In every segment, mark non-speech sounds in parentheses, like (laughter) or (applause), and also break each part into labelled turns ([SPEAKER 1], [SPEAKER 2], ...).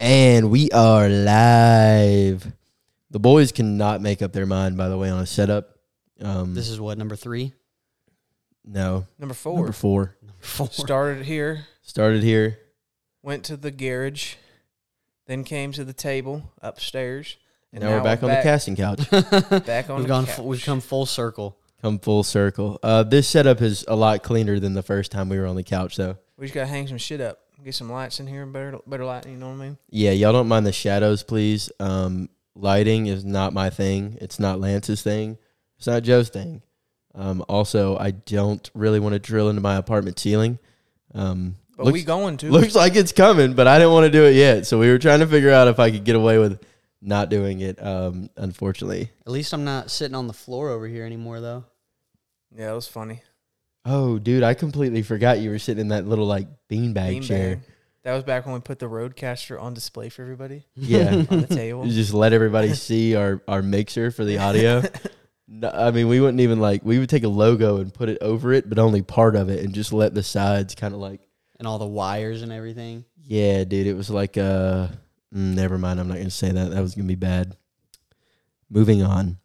[SPEAKER 1] And we are live. The boys cannot make up their mind, by the way, on a setup. Um,
[SPEAKER 2] This is what number three,
[SPEAKER 1] no
[SPEAKER 3] Number four.
[SPEAKER 1] number four
[SPEAKER 2] number four.
[SPEAKER 3] Started here,
[SPEAKER 1] started here.
[SPEAKER 3] went to the garage, then came to the table upstairs,
[SPEAKER 1] Now, we're back on the casting couch.
[SPEAKER 3] Back
[SPEAKER 2] (laughs)
[SPEAKER 3] on
[SPEAKER 2] we've
[SPEAKER 3] the
[SPEAKER 2] gone.
[SPEAKER 3] couch.
[SPEAKER 2] Full, we've come full circle.
[SPEAKER 1] Come full circle. Uh, this setup is a lot cleaner than the first time we were on the couch, though.
[SPEAKER 3] We just gotta hang some shit up, get some lights in here, better better lighting. You know what I mean?
[SPEAKER 1] Yeah, y'all don't mind the shadows, please. Um, lighting is not my thing. It's not Lance's thing. It's not Joe's thing. Um, also, I don't really want to drill into my apartment ceiling. Um,
[SPEAKER 3] But
[SPEAKER 1] looks,
[SPEAKER 3] we going to.
[SPEAKER 1] looks like it's coming, but I didn't want to do it yet. So we were trying to figure out if I could get away with not doing it. Um, unfortunately.
[SPEAKER 2] At least I'm not sitting on the floor over here anymore, though.
[SPEAKER 3] Yeah, that was funny.
[SPEAKER 1] Oh, dude, I completely forgot you were sitting in that little like beanbag
[SPEAKER 3] Beanbag.
[SPEAKER 1] chair.
[SPEAKER 3] That was back when we put the roadcaster on display for everybody
[SPEAKER 1] Yeah. (laughs)
[SPEAKER 3] on the table.
[SPEAKER 1] You just let
[SPEAKER 3] (laughs)
[SPEAKER 1] everybody see our, our mixer for the audio. No, I mean, we wouldn't even like, we would take a logo and put it over it, but only part of it and just let the sides kind of like,
[SPEAKER 2] (laughs) And all the wires and everything.
[SPEAKER 1] yeah, dude, it was like, uh, mm, never mind. I'm not going to say that. That was going to be bad. Moving on.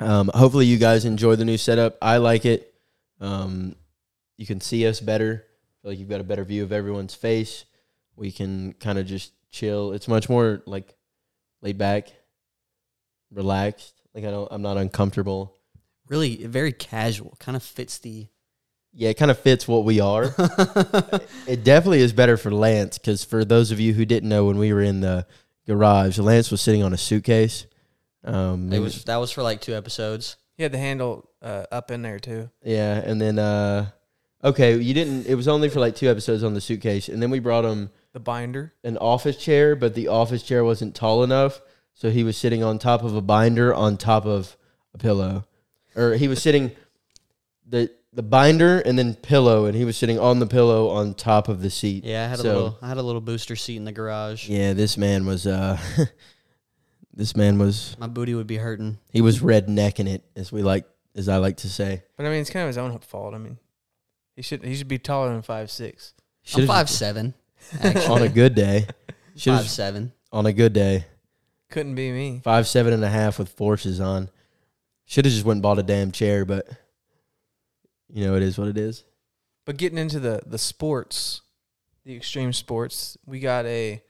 [SPEAKER 1] Um, hopefully you guys enjoy the new setup. I like it. Um, you can see us better. I feel like you've got a better view of everyone's face. We can kind of just chill. It's much more like laid back, relaxed. Like I don't, I'm not uncomfortable.
[SPEAKER 2] Really, very casual. Kind of
[SPEAKER 1] (laughs)
[SPEAKER 2] fits the.
[SPEAKER 1] Yeah, it kind of fits what we
[SPEAKER 2] (laughs)
[SPEAKER 1] are. it definitely is better for Lance because for those of you who didn't know, when we were in the garage, Lance was sitting on a suitcase. Um,
[SPEAKER 2] It was that was for like two episodes.
[SPEAKER 3] You had the handle uh, up in there too.
[SPEAKER 1] yeah, and then uh, okay, you didn't. It was only for like two episodes on the suitcase, and then we brought him
[SPEAKER 3] The binder.
[SPEAKER 1] an office chair, but the office chair wasn't tall enough, so he was sitting on top of a binder on top of a pillow, or he was sitting the the binder and then pillow, and he was sitting on the pillow on top of the seat.
[SPEAKER 2] Yeah, I had
[SPEAKER 1] So-
[SPEAKER 2] a little. I had a little booster seat in the garage.
[SPEAKER 1] Yeah, this man was uh (laughs) this man was
[SPEAKER 2] My booty would be hurting.
[SPEAKER 1] he was rednecking it as we like as I like to say.
[SPEAKER 3] But I mean, it's kind of his own fault. I mean, he should he should be taller than five six.
[SPEAKER 2] I'm
[SPEAKER 1] Should've-
[SPEAKER 2] five seven.
[SPEAKER 1] (laughs)
[SPEAKER 2] Actually,
[SPEAKER 1] on a good day. Should've-
[SPEAKER 2] (laughs) five seven.
[SPEAKER 1] on a good day.
[SPEAKER 3] Couldn't be me.
[SPEAKER 1] Five seven and a half with forces on. Should have just went and bought a damn chair, but you know it is what it is.
[SPEAKER 3] But getting into the the sports, the extreme sports, we got a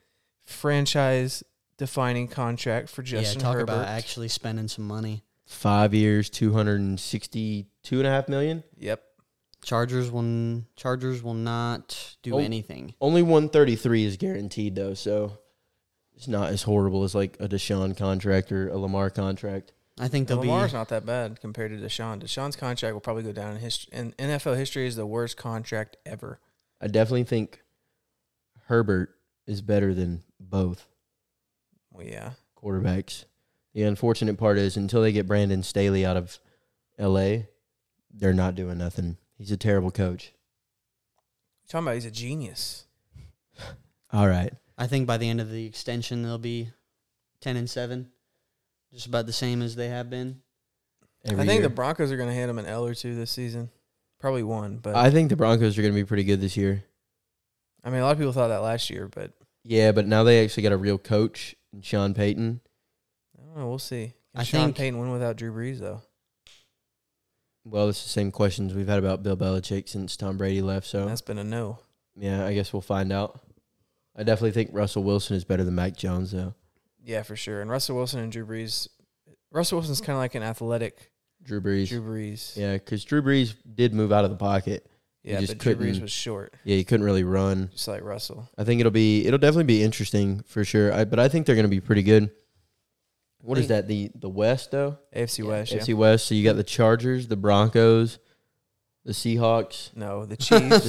[SPEAKER 3] franchise defining contract for Justin
[SPEAKER 2] yeah, talk
[SPEAKER 3] Herbert.
[SPEAKER 2] about actually spending some money.
[SPEAKER 1] Five years, two hundred and sixty two and a half million.
[SPEAKER 3] yep.
[SPEAKER 2] Chargers will. Chargers will not do
[SPEAKER 1] Oh.
[SPEAKER 2] anything.
[SPEAKER 1] Only one thirty three is guaranteed though, so it's not as horrible as like a Deshaun contract or a Lamar contract.
[SPEAKER 2] I think they'll
[SPEAKER 3] And Lamar's
[SPEAKER 2] be.
[SPEAKER 3] not that bad compared to Deshaun. Deshaun's contract will probably go down in history. In NFL history, is the worst contract ever.
[SPEAKER 1] I definitely think Herbert is better than both
[SPEAKER 3] Well, yeah.
[SPEAKER 1] quarterbacks. The unfortunate part is until they get Brandon Staley out of LA, they're not doing nothing. He's a terrible coach.
[SPEAKER 3] Talking about he's a genius.
[SPEAKER 1] All right.
[SPEAKER 2] I think by the end of the extension they'll be ten and seven, just about the same as they have been.
[SPEAKER 1] Every
[SPEAKER 3] I think
[SPEAKER 1] year.
[SPEAKER 3] the Broncos are going to hit him an L or two this season. Probably one, but I,
[SPEAKER 1] I think the Broncos are going to be pretty good this year.
[SPEAKER 3] mean, a lot of people thought that last year, but
[SPEAKER 1] Yeah, but now they actually got a real coach, in Sean Payton.
[SPEAKER 3] I don't know. We'll see. Can
[SPEAKER 2] I
[SPEAKER 3] Sean
[SPEAKER 2] think-
[SPEAKER 3] Payton win without Drew Brees though?
[SPEAKER 1] Well, it's the same questions we've had about Bill Belichick since Tom Brady left. So,
[SPEAKER 3] That's been a no.
[SPEAKER 1] yeah, I guess we'll find out. I definitely think Russell Wilson is better than Mac Jones, though.
[SPEAKER 3] Yeah, for sure. And Russell Wilson and Drew Brees. Russell Wilson's kind of like an athletic
[SPEAKER 1] Drew Brees.
[SPEAKER 3] Drew Brees.
[SPEAKER 1] Yeah, because Drew Brees did move out of the pocket.
[SPEAKER 3] yeah
[SPEAKER 1] just
[SPEAKER 3] but Drew Brees
[SPEAKER 1] couldn't-
[SPEAKER 3] was short,
[SPEAKER 1] Yeah, he couldn't really run.
[SPEAKER 3] just like Russell.
[SPEAKER 1] I think it'll be it'll definitely be interesting for sure. I, but I think they're going to be pretty good. What is that?
[SPEAKER 3] Think-
[SPEAKER 1] The the West though,
[SPEAKER 3] AFC West. Yeah.
[SPEAKER 1] AFC West. So you got the Chargers, the Broncos, the Seahawks,
[SPEAKER 3] No, the Chiefs.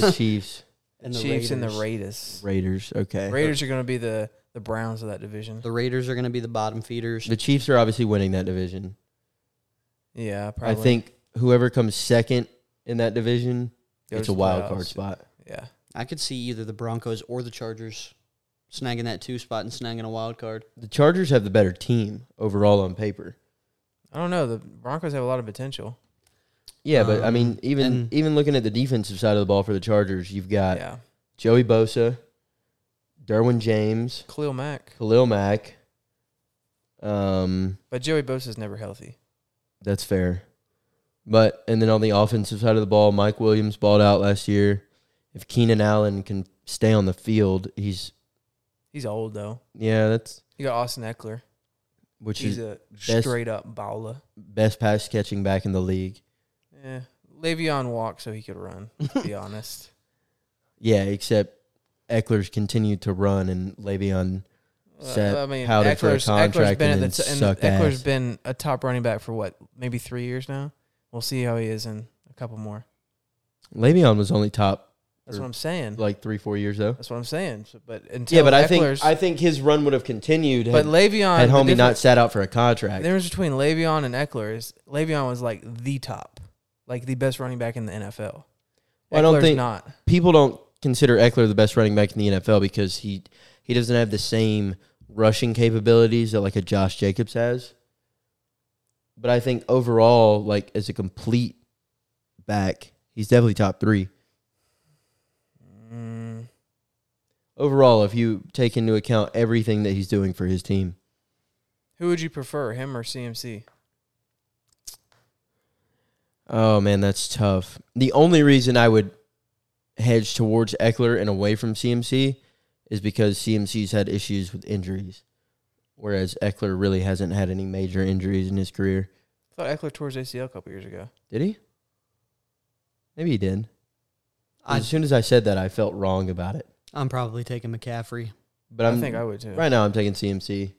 [SPEAKER 1] (laughs)
[SPEAKER 3] (laughs)
[SPEAKER 1] the Chiefs,
[SPEAKER 2] And
[SPEAKER 3] Chiefs and the Raiders.
[SPEAKER 1] Raiders. Okay,
[SPEAKER 3] Raiders are going to be the the Browns of that division.
[SPEAKER 2] The Raiders are going to be the bottom feeders.
[SPEAKER 1] The Chiefs are obviously winning that division.
[SPEAKER 3] Yeah, probably.
[SPEAKER 1] I think whoever comes second in that division,
[SPEAKER 3] Goes
[SPEAKER 1] it's a
[SPEAKER 3] to
[SPEAKER 1] wild
[SPEAKER 3] playoffs.
[SPEAKER 1] card spot.
[SPEAKER 3] Yeah,
[SPEAKER 2] I could see either the Broncos or the Chargers snagging that two spot and snagging a wild card.
[SPEAKER 1] The Chargers have the better team overall on paper.
[SPEAKER 3] I don't know. The Broncos have a lot of potential.
[SPEAKER 1] Yeah, but I
[SPEAKER 2] Um,
[SPEAKER 1] mean, even
[SPEAKER 2] and-
[SPEAKER 1] even looking at the defensive side of the ball for the Chargers, you've got
[SPEAKER 3] yeah,
[SPEAKER 1] Joey Bosa, Derwin James,
[SPEAKER 3] Khalil Mack.
[SPEAKER 1] Khalil Mack. Um,
[SPEAKER 3] But Joey Bosa's never healthy.
[SPEAKER 1] That's fair. But and then on the offensive side of the ball, Mike Williams balled out last year. If Keenan Allen can stay on the field, he's
[SPEAKER 3] He's old though.
[SPEAKER 1] yeah, that's
[SPEAKER 3] You got Austin Eckler.
[SPEAKER 1] which
[SPEAKER 3] He's
[SPEAKER 1] is
[SPEAKER 3] a
[SPEAKER 1] best-
[SPEAKER 3] straight up bowler.
[SPEAKER 1] best pass catching back in the league.
[SPEAKER 3] Yeah. Le'Veon walked so he could run,
[SPEAKER 2] (laughs)
[SPEAKER 3] to be honest.
[SPEAKER 1] Yeah, except Eckler's continued to run and Le'Veon. Sat
[SPEAKER 3] Uh, I mean,
[SPEAKER 1] pouted for a
[SPEAKER 3] Eckler's
[SPEAKER 1] contract
[SPEAKER 3] been
[SPEAKER 1] and then
[SPEAKER 3] at the t- and
[SPEAKER 1] sucked
[SPEAKER 3] Eckler's
[SPEAKER 1] ass.
[SPEAKER 3] been a top running back for what, maybe three years now. We'll see how he is in a couple more.
[SPEAKER 1] Le'Veon was only top
[SPEAKER 3] That's
[SPEAKER 1] Or,
[SPEAKER 3] what I'm saying.
[SPEAKER 1] like three four years though.
[SPEAKER 3] That's what I'm saying. So, but until
[SPEAKER 1] Yeah, but I
[SPEAKER 3] Eckler's-
[SPEAKER 1] think I think his run would have continued had,
[SPEAKER 3] but Le'Veon
[SPEAKER 1] had
[SPEAKER 3] the
[SPEAKER 1] homie not
[SPEAKER 3] difference-
[SPEAKER 1] sat out for a
[SPEAKER 3] The
[SPEAKER 1] contract.
[SPEAKER 3] difference between Le'Veon and Eckler is Le'Veon was like the top, like the best running back in the NFL.
[SPEAKER 1] I don't
[SPEAKER 3] Eckler's
[SPEAKER 1] think-
[SPEAKER 3] not.
[SPEAKER 1] people don't consider Eckler the best running back in the NFL because he he doesn't have the same rushing capabilities that like a Josh Jacobs has. But I think overall, like as a complete back, he's definitely top three.
[SPEAKER 3] Mm,
[SPEAKER 1] Overall, if you take into account everything that he's doing for his team,
[SPEAKER 3] who would you prefer, him or CMC?
[SPEAKER 1] oh man, that's tough. The only reason I would hedge towards Eckler and away from CMC is because CMC's had issues with injuries, whereas Eckler really hasn't had any major injuries in his career.
[SPEAKER 3] I thought Eckler tore his ACL a couple years ago.
[SPEAKER 1] Did he? Maybe he did.
[SPEAKER 2] I-
[SPEAKER 1] as soon as I said that, I felt wrong about it.
[SPEAKER 2] I'm probably taking McCaffrey.
[SPEAKER 1] But I'm
[SPEAKER 3] I think I would too.
[SPEAKER 1] right now. I'm taking CMC.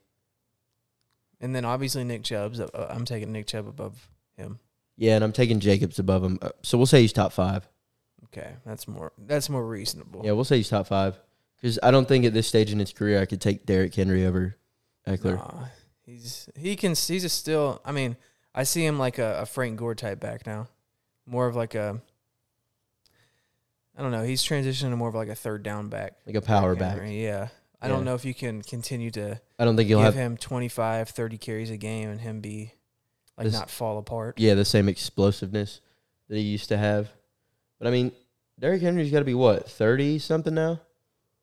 [SPEAKER 3] And then obviously Nick Chubb's. Uh, I'm taking Nick Chubb above him.
[SPEAKER 1] Yeah, and I'm taking Jacobs above him. Uh, So we'll say he's top five.
[SPEAKER 3] Okay, that's more that's more reasonable.
[SPEAKER 1] Yeah, we'll say he's top five because I don't think at this stage in his career I could take Derrick Henry over Eckler.
[SPEAKER 3] Nah, he's he can he's a still. I mean, I see him like a, a Frank Gore type back now, more of like a. I don't know. He's transitioning to more of like a third down back.
[SPEAKER 1] Like a power
[SPEAKER 3] Derrick
[SPEAKER 1] back.
[SPEAKER 3] Henry, Yeah. I
[SPEAKER 1] Yeah.
[SPEAKER 3] don't know if you can continue to
[SPEAKER 1] I don't think he'll
[SPEAKER 3] give
[SPEAKER 1] have
[SPEAKER 3] him 25, 30 carries a game and him be like
[SPEAKER 1] This-
[SPEAKER 3] not fall apart.
[SPEAKER 1] yeah the same explosiveness that he used to have. But I mean, Derrick Henry's got to be what thirty something now,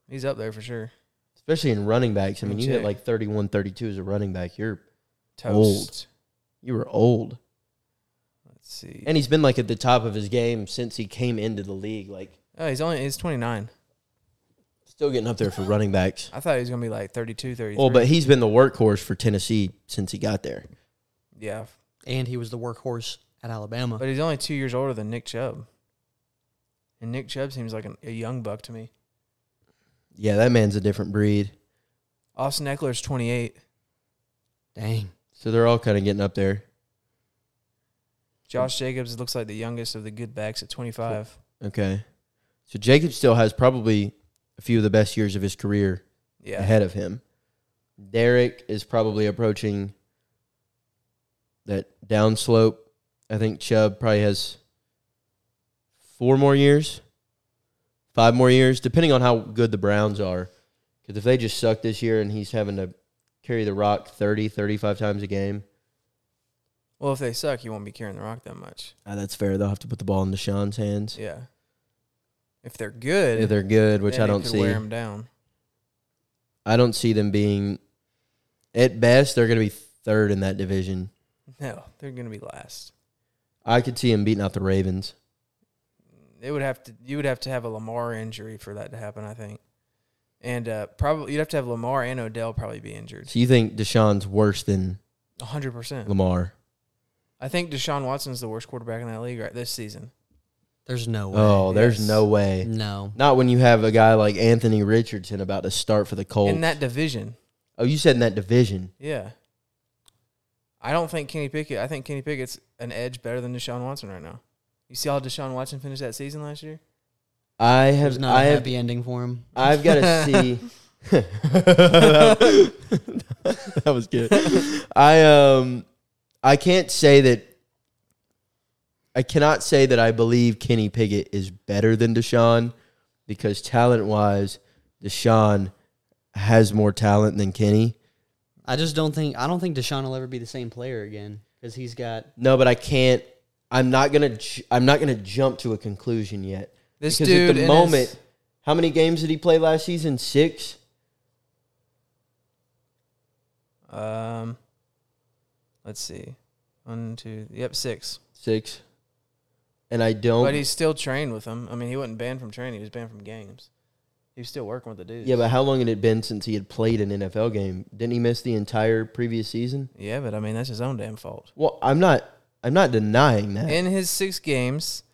[SPEAKER 3] He's up there for sure.
[SPEAKER 1] especially in running backs. I
[SPEAKER 3] Let me
[SPEAKER 1] mean, you hit
[SPEAKER 3] check.
[SPEAKER 1] like 31, 32 as a running back. You're Old.
[SPEAKER 3] Toast.
[SPEAKER 1] you were old.
[SPEAKER 3] Let's see.
[SPEAKER 1] And he's been like at the top of his game since he came into the league. Like
[SPEAKER 3] oh, he's only he's 29.
[SPEAKER 1] still getting up there for running backs.
[SPEAKER 3] I thought he was going to be like 32, 33.
[SPEAKER 1] Well, but he's been the workhorse for Tennessee since he got there.
[SPEAKER 3] yeah.
[SPEAKER 2] And he was the workhorse at Alabama.
[SPEAKER 3] But he's only 2 years older than Nick Chubb. And Nick Chubb seems like an, a young buck to me.
[SPEAKER 1] Yeah, that man's a different breed.
[SPEAKER 3] Austin Eckler's 28.
[SPEAKER 2] Dang.
[SPEAKER 1] So they're all kind of getting up there.
[SPEAKER 3] Josh Jacobs looks like the youngest of the good backs at 25.
[SPEAKER 1] Okay. So Jacob still has probably a few of the best years of his career
[SPEAKER 3] Yeah.
[SPEAKER 1] ahead of him. Derek is probably approaching that downslope. I think Chubb probably has four more years, five more years, depending on how good the Browns are. Because if they just suck this year and he's having to carry the rock 30, 35 times a game,
[SPEAKER 3] Well, if they suck, you won't be carrying the rock that much.
[SPEAKER 1] ah, that's fair. They'll have to put the ball in Deshaun's hands.
[SPEAKER 3] Yeah. If they're good,
[SPEAKER 1] If they're good, which
[SPEAKER 3] then
[SPEAKER 1] I
[SPEAKER 3] it
[SPEAKER 1] don't
[SPEAKER 3] could
[SPEAKER 1] see.
[SPEAKER 3] Wear him down. (laughs)
[SPEAKER 1] I don't see them being, at best, they're going to be third in that division.
[SPEAKER 3] No, they're going to be last.
[SPEAKER 1] I could see him beating out the Ravens.
[SPEAKER 3] It would have to. You would have to have a Lamar injury for that to happen. I think, and uh, probably you'd have to have Lamar and Odell probably be injured.
[SPEAKER 1] So you think Deshaun's worse than
[SPEAKER 3] hundred percent.
[SPEAKER 1] Lamar?
[SPEAKER 3] I think Deshaun Watson's the worst quarterback in that league right this season.
[SPEAKER 2] There's no way.
[SPEAKER 1] Oh, there's
[SPEAKER 3] yes.
[SPEAKER 1] no way.
[SPEAKER 2] No.
[SPEAKER 1] Not when you have a guy like Anthony Richardson about to start for the Colts.
[SPEAKER 3] In that division,
[SPEAKER 1] oh, you said in that division.
[SPEAKER 3] yeah. I don't think Kenny Pickett. I think Kenny Pickett's an edge better than Deshaun Watson right now. You see how Deshaun Watson finished that season last year?
[SPEAKER 1] I have
[SPEAKER 2] There's not
[SPEAKER 1] I
[SPEAKER 2] a
[SPEAKER 1] have
[SPEAKER 2] happy ending for him.
[SPEAKER 1] I've got to see. that, was good. (laughs) I um I can't say that. I cannot say that I believe Kenny Pickett is better than Deshaun because talent wise, Deshaun has more talent than Kenny.
[SPEAKER 2] I just don't think I don't think Deshaun will ever be the same player again because he's got
[SPEAKER 1] No, but I can't. I'm not gonna. ju- I'm not gonna jump to a conclusion yet.
[SPEAKER 3] This
[SPEAKER 1] because at
[SPEAKER 3] dude in
[SPEAKER 1] the
[SPEAKER 3] his-
[SPEAKER 1] moment, how many games did he play last season? Six.
[SPEAKER 3] Um, let's see, one, two, yep, six.
[SPEAKER 1] Six. And I don't.
[SPEAKER 3] But he's still trained with them. I mean, he wasn't banned from training; he was banned from games. He was still working with the dudes.
[SPEAKER 1] yeah, but how long had it been since he had played an NFL game? Didn't he miss the entire previous season?
[SPEAKER 3] yeah, but I mean, that's his own damn fault.
[SPEAKER 1] Well, I'm not. I'm not denying that.
[SPEAKER 3] In his six games,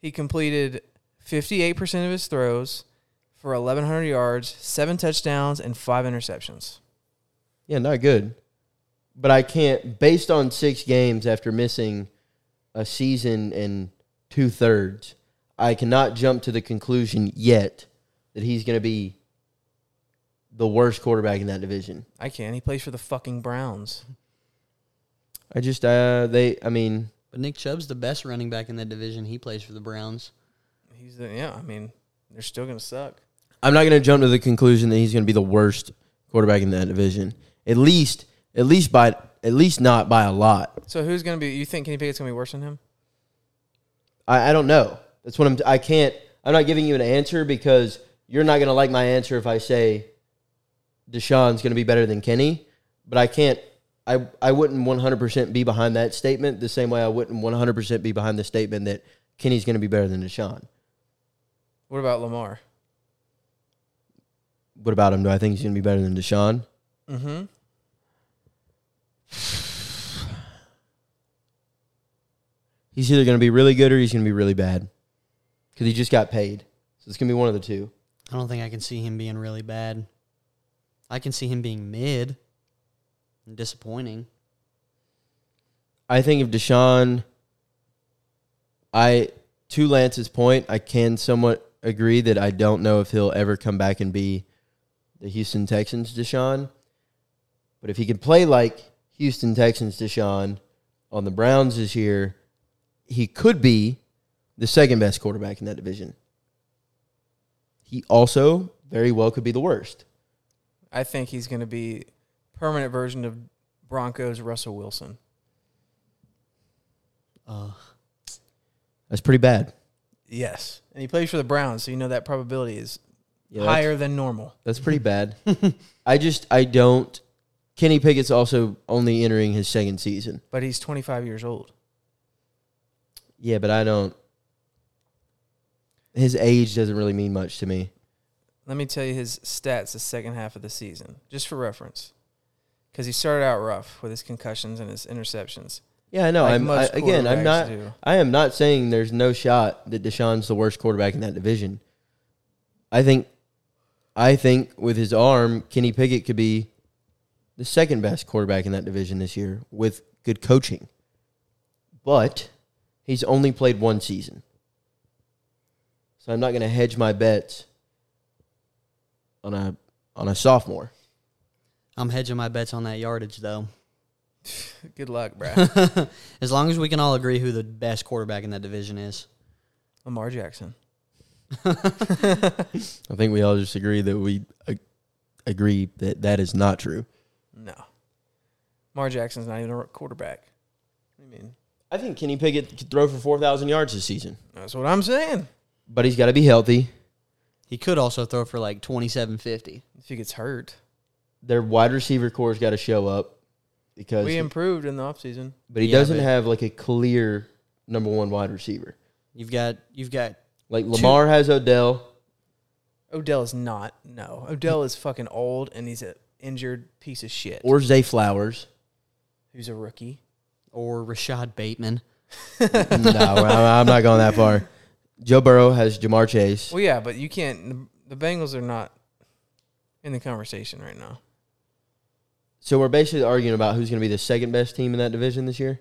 [SPEAKER 3] he completed 58% of his throws for 1,100 yards, seven touchdowns, and five interceptions.
[SPEAKER 1] yeah, not good. But I can't. Based on six games after missing a season and two thirds, I cannot jump to the conclusion yet that he's going to be the worst quarterback in that division.
[SPEAKER 3] I can. He plays for the fucking Browns.
[SPEAKER 1] I just. Uh, they. I mean.
[SPEAKER 2] But Nick Chubb's the best running back in that division. He plays for the Browns.
[SPEAKER 3] He's the, yeah. I mean, they're still gonna suck.
[SPEAKER 1] I'm not going to jump to the conclusion that he's going to be the worst quarterback in that division. At least, at least by, at least not by a lot.
[SPEAKER 3] So who's gonna be? You think Kenny Pickett's gonna be worse than him?
[SPEAKER 1] I, I don't know. That's what I'm. I can't. I'm not giving you an answer because you're not going to like my answer if I say Deshaun's going to be better than Kenny. But I can't. I I wouldn't 100% be behind that statement. The same way I wouldn't 100% be behind the statement that Kenny's going to be better than Deshaun.
[SPEAKER 3] What about Lamar?
[SPEAKER 1] What about him? Do I think he's going to be better than Deshaun?
[SPEAKER 3] Mm-hmm.
[SPEAKER 1] he's either going to be really good or he's going to be really bad because he just got paid. So it's going to be one of the two.
[SPEAKER 2] I don't think I can see him being really bad. I can see him being mid and disappointing.
[SPEAKER 1] I think if Deshaun, I to Lance's point, I can somewhat agree that I don't know if he'll ever come back and be the Houston Texans Deshaun. But if he can play like Houston Texans Deshaun on the Browns this year, he could be the second best quarterback in that division. He also very well could be the worst.
[SPEAKER 3] I think he's gonna be permanent version of Broncos Russell Wilson.
[SPEAKER 2] Ugh.
[SPEAKER 1] That's pretty bad.
[SPEAKER 3] Yes, and he plays for the Browns, so you know that probability is
[SPEAKER 1] Yeah, that's-
[SPEAKER 3] higher than normal.
[SPEAKER 1] That's pretty bad. I just I don't. Kenny Pickett's also only entering his second season.
[SPEAKER 3] But he's 25 years old.
[SPEAKER 1] Yeah, but I don't. His age doesn't really mean much to me.
[SPEAKER 3] Let me tell you his stats the second half of the season, just for reference, because he started out rough with his concussions and his interceptions.
[SPEAKER 1] Yeah, I know.
[SPEAKER 3] like
[SPEAKER 1] I'm I,
[SPEAKER 3] most
[SPEAKER 1] again. I'm
[SPEAKER 3] quarterbacks
[SPEAKER 1] not.
[SPEAKER 3] do.
[SPEAKER 1] I am not saying there's no shot that Deshaun's the worst quarterback in that division. I think, I think with his arm, Kenny Pickett could be the second best quarterback in that division this year with good coaching. But he's only played one season, so I'm not going to hedge my bets on a on a sophomore.
[SPEAKER 2] (laughs) I'm hedging my bets on that yardage though. (laughs)
[SPEAKER 3] Good luck,
[SPEAKER 1] (laughs)
[SPEAKER 3] Brad.
[SPEAKER 2] as long as we can all agree who the best quarterback in that division is. (laughs)
[SPEAKER 3] Lamar Jackson.
[SPEAKER 1] I think we all just agree that we ag- agree that that is not true.
[SPEAKER 3] No. Mar Jackson's not even a quarterback. What do you mean?
[SPEAKER 1] I think Kenny Pickett could throw for 4,000 yards this season,
[SPEAKER 3] That's what I'm saying.
[SPEAKER 1] but he's got to be healthy.
[SPEAKER 2] He could also throw for like 2750.
[SPEAKER 3] If he gets hurt.
[SPEAKER 1] Their wide receiver core's got to show up because,
[SPEAKER 3] We improved in the offseason.
[SPEAKER 1] but he
[SPEAKER 2] Yeah,
[SPEAKER 1] doesn't
[SPEAKER 2] but-
[SPEAKER 1] have like a clear number one wide receiver.
[SPEAKER 2] You've got you've got
[SPEAKER 1] Like Lamar has Odell.
[SPEAKER 3] Odell is not. No. Odell is fucking old and he's an injured piece of shit.
[SPEAKER 1] Or Zay
[SPEAKER 2] (laughs)
[SPEAKER 1] Flowers.
[SPEAKER 3] who's a rookie.
[SPEAKER 2] or Rashad Bateman.
[SPEAKER 1] no, I'm not going that far. Joe Burrow has Jamar Chase.
[SPEAKER 3] Well, yeah, but you can't. The Bengals are not in the conversation right now.
[SPEAKER 1] So we're basically arguing about who's going to be the second best team in that division this year.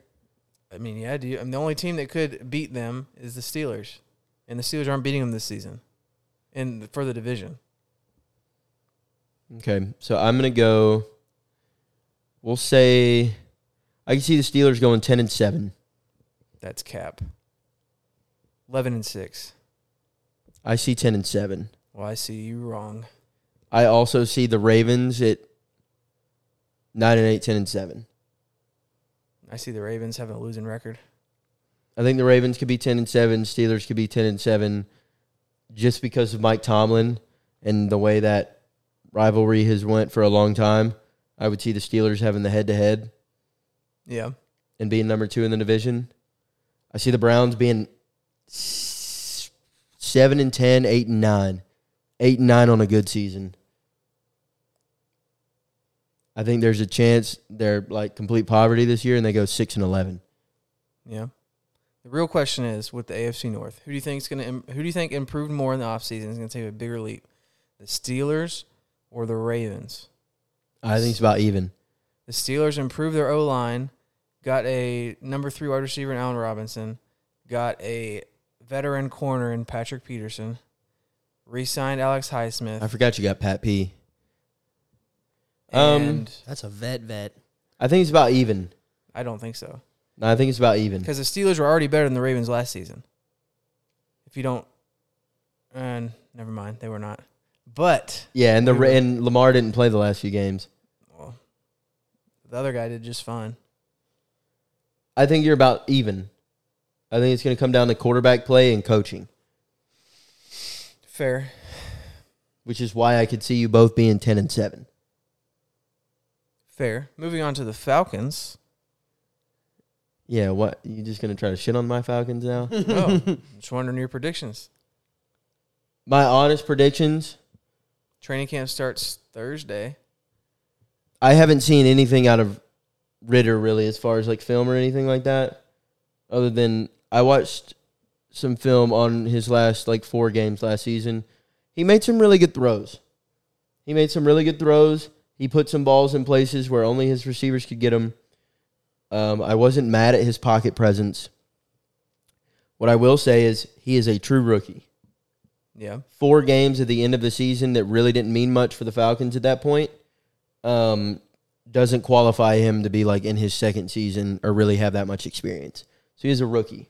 [SPEAKER 3] I mean, yeah, do you, I mean, the only team that could beat them is the Steelers, and the Steelers aren't beating them this season, and for the division.
[SPEAKER 1] Okay, so I'm gonna go. We'll say, I can see the Steelers going ten and seven.
[SPEAKER 3] That's cap. Eleven and six.
[SPEAKER 1] I see ten and seven.
[SPEAKER 3] Well, I see you wrong.
[SPEAKER 1] I also see the Ravens at nine and eight, ten and seven.
[SPEAKER 3] I see the Ravens having a losing record.
[SPEAKER 1] I think the Ravens could be ten and seven. Steelers could be ten and seven, just because of Mike Tomlin and the way that rivalry has went for a long time. I would see the Steelers having the head to head
[SPEAKER 3] Yeah.
[SPEAKER 1] and being number two in the division. I see the Browns being s- seven and ten, eight and nine, eight and nine on a good season. I think there's a chance they're like complete poverty this year and they go six and eleven.
[SPEAKER 3] Yeah. The real question is with the AFC North, who do you think is going to who do you think improved more in the offseason is going to take a bigger leap? The Steelers or the Ravens?
[SPEAKER 1] I think it's about even.
[SPEAKER 3] The Steelers improved their O line, got a number three wide receiver in Allen Robinson, got a veteran corner in Patrick Peterson, re signed Alex Highsmith.
[SPEAKER 1] I forgot you got Pat P. um,
[SPEAKER 3] and
[SPEAKER 2] That's a vet vet.
[SPEAKER 1] I think it's about even.
[SPEAKER 3] I don't think so.
[SPEAKER 1] No, I think it's about even.
[SPEAKER 3] Because the Steelers were already better than the Ravens last season. If you don't. And never mind, they were not. But
[SPEAKER 1] Yeah, and the
[SPEAKER 3] We were-
[SPEAKER 1] and Lamar didn't play the last few games.
[SPEAKER 3] well, the other guy did just fine.
[SPEAKER 1] I think you're about even. I think it's going to come down to quarterback play and coaching,
[SPEAKER 3] Fair.
[SPEAKER 1] which is why I could see you both being 10 and 7.
[SPEAKER 3] Fair. Moving on to the Falcons.
[SPEAKER 1] Yeah, what? You just going to try to shit on my Falcons now? (laughs)
[SPEAKER 3] Oh, just wondering your predictions.
[SPEAKER 1] my honest predictions,
[SPEAKER 3] Training camp starts Thursday.
[SPEAKER 1] I haven't seen anything out of Ritter really as far as like film or anything like that other than I watched some film on his last like four games last season. He made some really good throws. He made some really good throws. He put some balls in places where only his receivers could get them. Um, I wasn't mad at his pocket presence. What I will say is he is a true rookie
[SPEAKER 3] Yeah. (laughs)
[SPEAKER 1] four games at the end of the season that really didn't mean much for the Falcons at that point um, doesn't qualify him to be like in his second season or really have that much experience. So he is a rookie.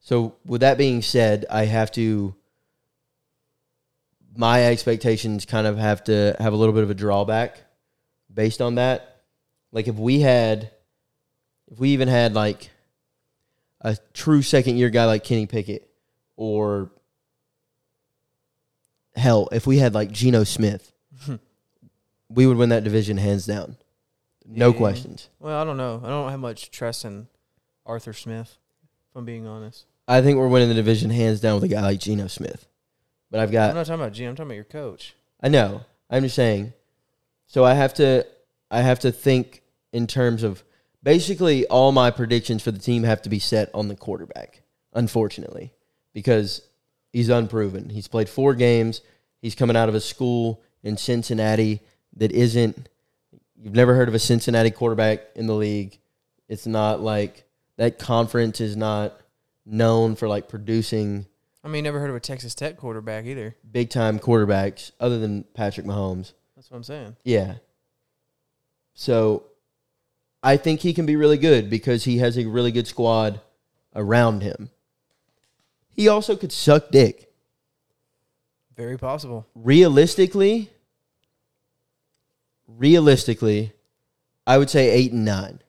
[SPEAKER 1] So with that being said, I have to my expectations kind of have to have a little bit of a drawback based on that. Like if we had if we even had like a true second year guy like Kenny Pickett or hell, if we had like Geno Smith, we would win that division hands down. No
[SPEAKER 3] Yeah.
[SPEAKER 1] questions.
[SPEAKER 3] Well, I don't know. I don't have much trust in Arthur Smith, if I'm being honest.
[SPEAKER 1] I think we're winning the division hands down with a guy like Geno Smith. But I've got
[SPEAKER 3] I'm not talking about Jim. I'm talking about your coach.
[SPEAKER 1] I know. I'm just saying. So I have to I have to think in terms of basically all my predictions for the team have to be set on the quarterback, unfortunately, because he's unproven. He's played 4 games. He's coming out of a school in Cincinnati that isn't you've never heard of a Cincinnati quarterback in the league. It's not like that conference is not known for like producing
[SPEAKER 3] I mean, never heard of a Texas Tech quarterback either.
[SPEAKER 1] big time quarterbacks other than Patrick Mahomes.
[SPEAKER 3] That's what I'm saying.
[SPEAKER 1] Yeah. So I think he can be really good because he has a really good squad around him. He also could suck dick.
[SPEAKER 3] Very possible.
[SPEAKER 1] Realistically, realistically, I would say 8 and 9.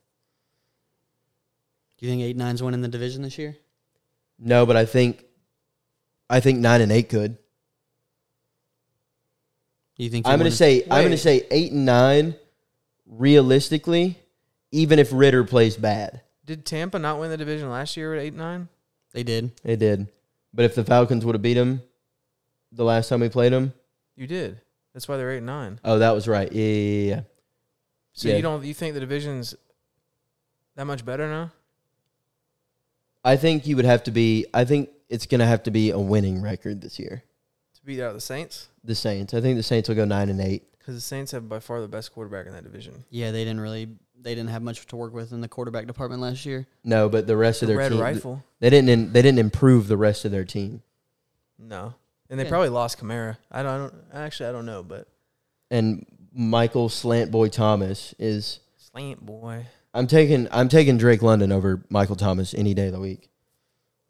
[SPEAKER 2] Do you think eight nine's winning the division this year?
[SPEAKER 1] No, but I think I think 9 and 8 could.
[SPEAKER 2] Do you think
[SPEAKER 1] I'm going to
[SPEAKER 2] to
[SPEAKER 1] say I'm going to
[SPEAKER 3] Wait.
[SPEAKER 1] say 8 and 9 realistically even if Ritter plays bad.
[SPEAKER 3] Did Tampa not win the division last year at eight nine?
[SPEAKER 2] they did.
[SPEAKER 1] It did. But if the Falcons would have beat him the last time we played him,
[SPEAKER 3] You did. That's why they're eight nine.
[SPEAKER 1] Oh, that was right. Yeah, yeah, yeah, yeah.
[SPEAKER 3] So
[SPEAKER 1] Yeah.
[SPEAKER 3] you don't you think the division's that much better now?
[SPEAKER 1] I think you would have to be. I think it's gonna have to be a winning record this year.
[SPEAKER 3] To beat out the Saints?
[SPEAKER 1] The Saints. I think the Saints will go nine and eight.
[SPEAKER 3] Because the Saints have by far the best quarterback in that division.
[SPEAKER 2] Yeah, they didn't really. They didn't have much to work with in the quarterback department last year.
[SPEAKER 1] No, but the rest
[SPEAKER 3] The
[SPEAKER 1] of their
[SPEAKER 3] red
[SPEAKER 1] team,
[SPEAKER 3] rifle?
[SPEAKER 1] they didn't. In, they didn't improve the rest of their team,
[SPEAKER 3] No. And they
[SPEAKER 2] Yeah.
[SPEAKER 3] probably lost Kamara. I don't, I don't actually I don't know, but
[SPEAKER 1] and Michael Slant Boy Thomas is.
[SPEAKER 3] slant boy.
[SPEAKER 1] I'm taking. I'm taking Drake London over Michael Thomas any day of the week.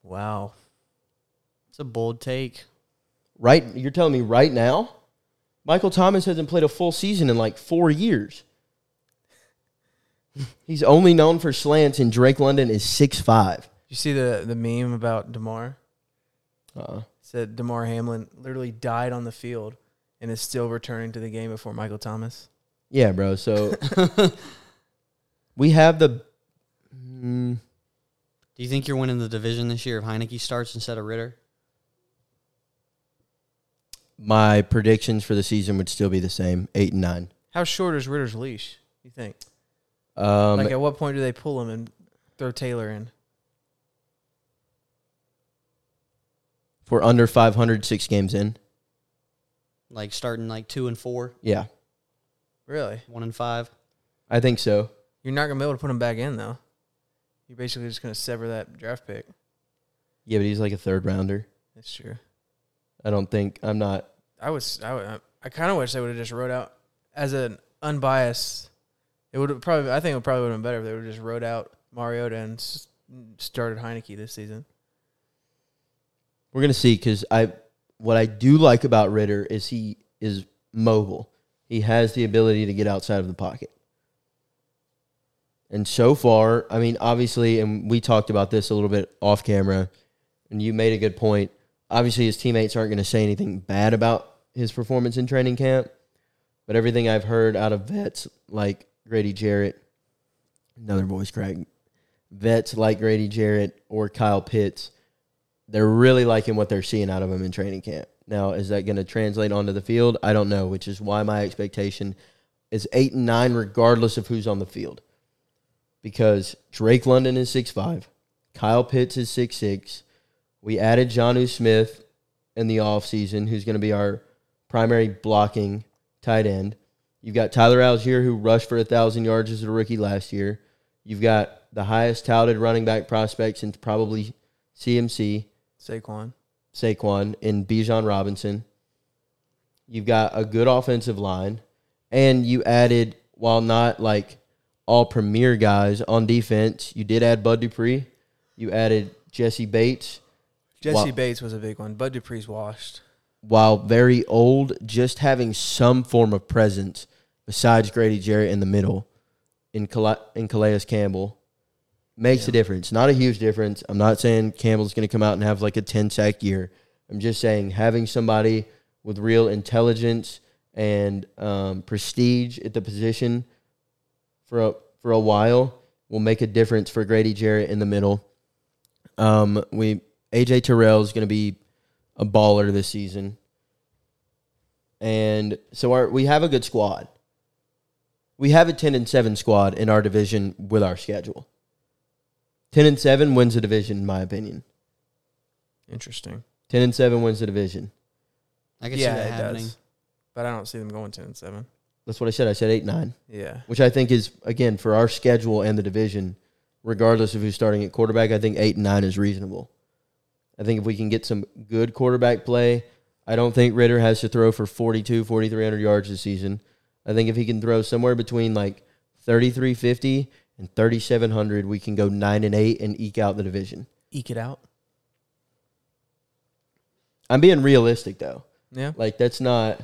[SPEAKER 3] Wow.
[SPEAKER 2] It's a bold take.
[SPEAKER 1] Right? You're telling me right now, Michael Thomas hasn't played a full season in like four years. (laughs) He's only known for slants, and Drake London is six five.
[SPEAKER 3] You see the the meme about Demar?
[SPEAKER 1] Uh,
[SPEAKER 3] said Damar Hamlin literally died on the field and is still returning to the game before Michael Thomas.
[SPEAKER 1] Yeah, bro. So
[SPEAKER 2] (laughs)
[SPEAKER 1] we have the. Mm,
[SPEAKER 2] Do you think you're winning the division this year if Heineke starts instead of Ritter?
[SPEAKER 1] my predictions for the season would still be the same, eight and nine.
[SPEAKER 3] How short is Ritter's leash? You think?
[SPEAKER 1] Um,
[SPEAKER 3] like, at what point do they pull him and throw Taylor in?
[SPEAKER 1] if we're under 500, six games in.
[SPEAKER 2] Like starting like two and four,
[SPEAKER 1] Yeah,
[SPEAKER 3] Really?
[SPEAKER 2] one and five.
[SPEAKER 1] I think so.
[SPEAKER 3] You're not gonna be able to put him back in though. You're basically just gonna sever that draft pick.
[SPEAKER 1] Yeah, but he's like a third rounder.
[SPEAKER 3] That's true.
[SPEAKER 1] I don't think I'm not.
[SPEAKER 3] I was I, would- I kind of wish they would have just wrote out as an unbiased. It would have probably I think it would probably would have been better if they would have just wrote out Mariota and s- started Heineke this season.
[SPEAKER 1] We're gonna see because I what I do like about Ritter is he is mobile. He has the ability to get outside of the pocket. And so far, I mean, obviously, and we talked about this a little bit off camera, and you made a good point. Obviously, his teammates aren't going to say anything bad about his performance in training camp, but everything I've heard out of vets like Grady Jarrett, another voice crack, vets like Grady Jarrett or Kyle Pitts, they're really liking what they're seeing out of him in training camp. Now, is that going to translate onto the field? I don't know, which is why my expectation is eight and nine, regardless of who's on the field. Because Drake London is six five, Kyle Pitts is six six. We added Johnu Smith in the offseason, who's going to be our primary blocking tight end. You've got Tyler Algier, who rushed for 1,000 yards as a rookie last year. You've got the highest touted running back prospect since probably CMC.
[SPEAKER 3] Saquon.
[SPEAKER 1] Saquon and Bijan Robinson. You've got a good offensive line, and you added, while not like all premier guys on defense, you did add Bud Dupree. You added Jesse Bates.
[SPEAKER 3] Jesse
[SPEAKER 1] Wow.
[SPEAKER 3] Bates was a big one. Bud Dupree's washed.
[SPEAKER 1] While very old, just having some form of presence besides Grady Jarrett in the middle in, Cala- in Calais Campbell makes a difference. Not a huge difference. I'm not saying Campbell's going to come out and have like a 10 sack year. I'm just saying having somebody with real intelligence and um, prestige at the position for a, for a while will make a difference for Grady Jarrett in the middle. Um, we AJ Terrell is going to be a baller this season, and so our we have a good squad. We have a ten and seven squad in our division with our schedule. Ten and seven wins the division, in my opinion.
[SPEAKER 3] Interesting.
[SPEAKER 1] Ten and seven wins the division.
[SPEAKER 2] I can
[SPEAKER 3] Yeah,
[SPEAKER 2] see that
[SPEAKER 3] it
[SPEAKER 2] happening.
[SPEAKER 3] does. But I don't see them going ten and seven.
[SPEAKER 1] That's what I said. I said eight nine.
[SPEAKER 3] Yeah.
[SPEAKER 1] which I think is again for our schedule and the division, regardless of who's starting at quarterback, I think eight and nine is reasonable. I think if we can get some good quarterback play, I don't think Ritter has to throw for 42, 4,300 yards this season. I think if he can throw somewhere between like 3,350 and 3,700, we can go nine and eight and eke out the division.
[SPEAKER 3] Eke it out.
[SPEAKER 1] I'm being realistic though.
[SPEAKER 3] Yeah.
[SPEAKER 1] Like that's not.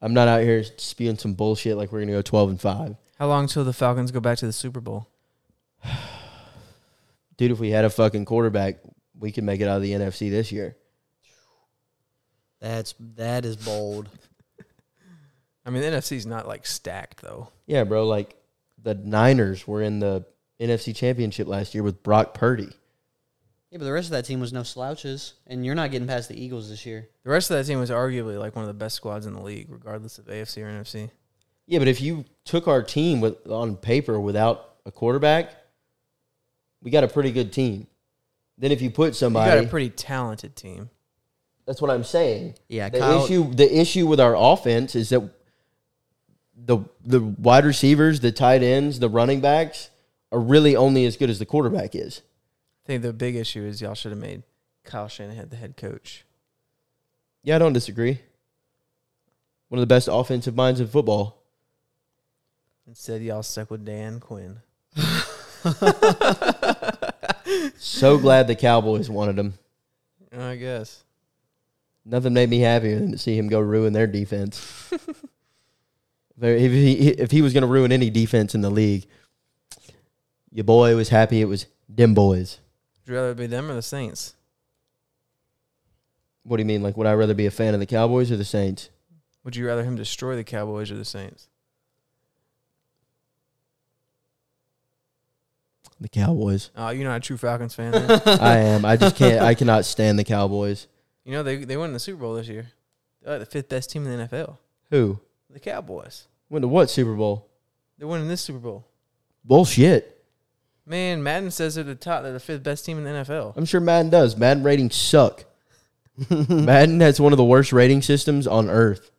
[SPEAKER 1] I'm not out here spewing some bullshit like we're gonna go 12 and five.
[SPEAKER 3] How long till the Falcons go back to the Super Bowl?
[SPEAKER 1] dude, if we had a fucking quarterback, we could make it out of the NFC this year.
[SPEAKER 2] That's that is bold.
[SPEAKER 3] I mean, the NFC's not like stacked though.
[SPEAKER 1] Yeah, bro. Like the Niners were in the NFC Championship last year with Brock Purdy.
[SPEAKER 2] yeah, but the rest of that team was no slouches, and you're not getting past the Eagles this year.
[SPEAKER 3] The rest of that team was arguably like one of the best squads in the league, regardless of AFC or NFC.
[SPEAKER 1] Yeah, but if you took our team with on paper without a quarterback, we got a pretty good team. Then if you put
[SPEAKER 3] You
[SPEAKER 1] somebody,
[SPEAKER 3] got a pretty talented team.
[SPEAKER 1] that's what I'm saying.
[SPEAKER 2] Yeah,
[SPEAKER 1] the
[SPEAKER 2] Kyle- (laughs)
[SPEAKER 1] issue the issue with our offense is that the the wide receivers, the tight ends, the running backs are really only as good as the quarterback is.
[SPEAKER 3] I think the big issue is y'all should have made Kyle Shanahan the head coach.
[SPEAKER 1] Yeah, I don't disagree. One of the best offensive minds in football.
[SPEAKER 3] Instead, y'all stuck with Dan Quinn.
[SPEAKER 1] So glad the Cowboys wanted him.
[SPEAKER 3] I guess.
[SPEAKER 1] Nothing made me happier than to see him go ruin their defense. (laughs) Very- if, he, if he was going to ruin any defense in the league, your boy was happy it was them boys.
[SPEAKER 3] Would you rather it be them or the Saints?
[SPEAKER 1] What do you mean? Like, would I rather be a fan of the Cowboys or the Saints?
[SPEAKER 3] Would you rather him destroy the Cowboys or the Saints?
[SPEAKER 1] the Cowboys.
[SPEAKER 3] Oh, you're not a true Falcons
[SPEAKER 1] (laughs)
[SPEAKER 3] fan. Then.
[SPEAKER 1] I am. I just can't. I cannot stand the Cowboys.
[SPEAKER 3] you know they they won the Super Bowl this year. They're the fifth best team in the NFL.
[SPEAKER 1] Who
[SPEAKER 3] The Cowboys.
[SPEAKER 1] went to what Super Bowl?
[SPEAKER 3] They're winning this Super Bowl.
[SPEAKER 1] Bullshit.
[SPEAKER 3] Man, Madden says they're the top. They're the fifth best team in the NFL.
[SPEAKER 1] I'm sure Madden does. Madden ratings suck. Madden has one of the worst rating systems on earth,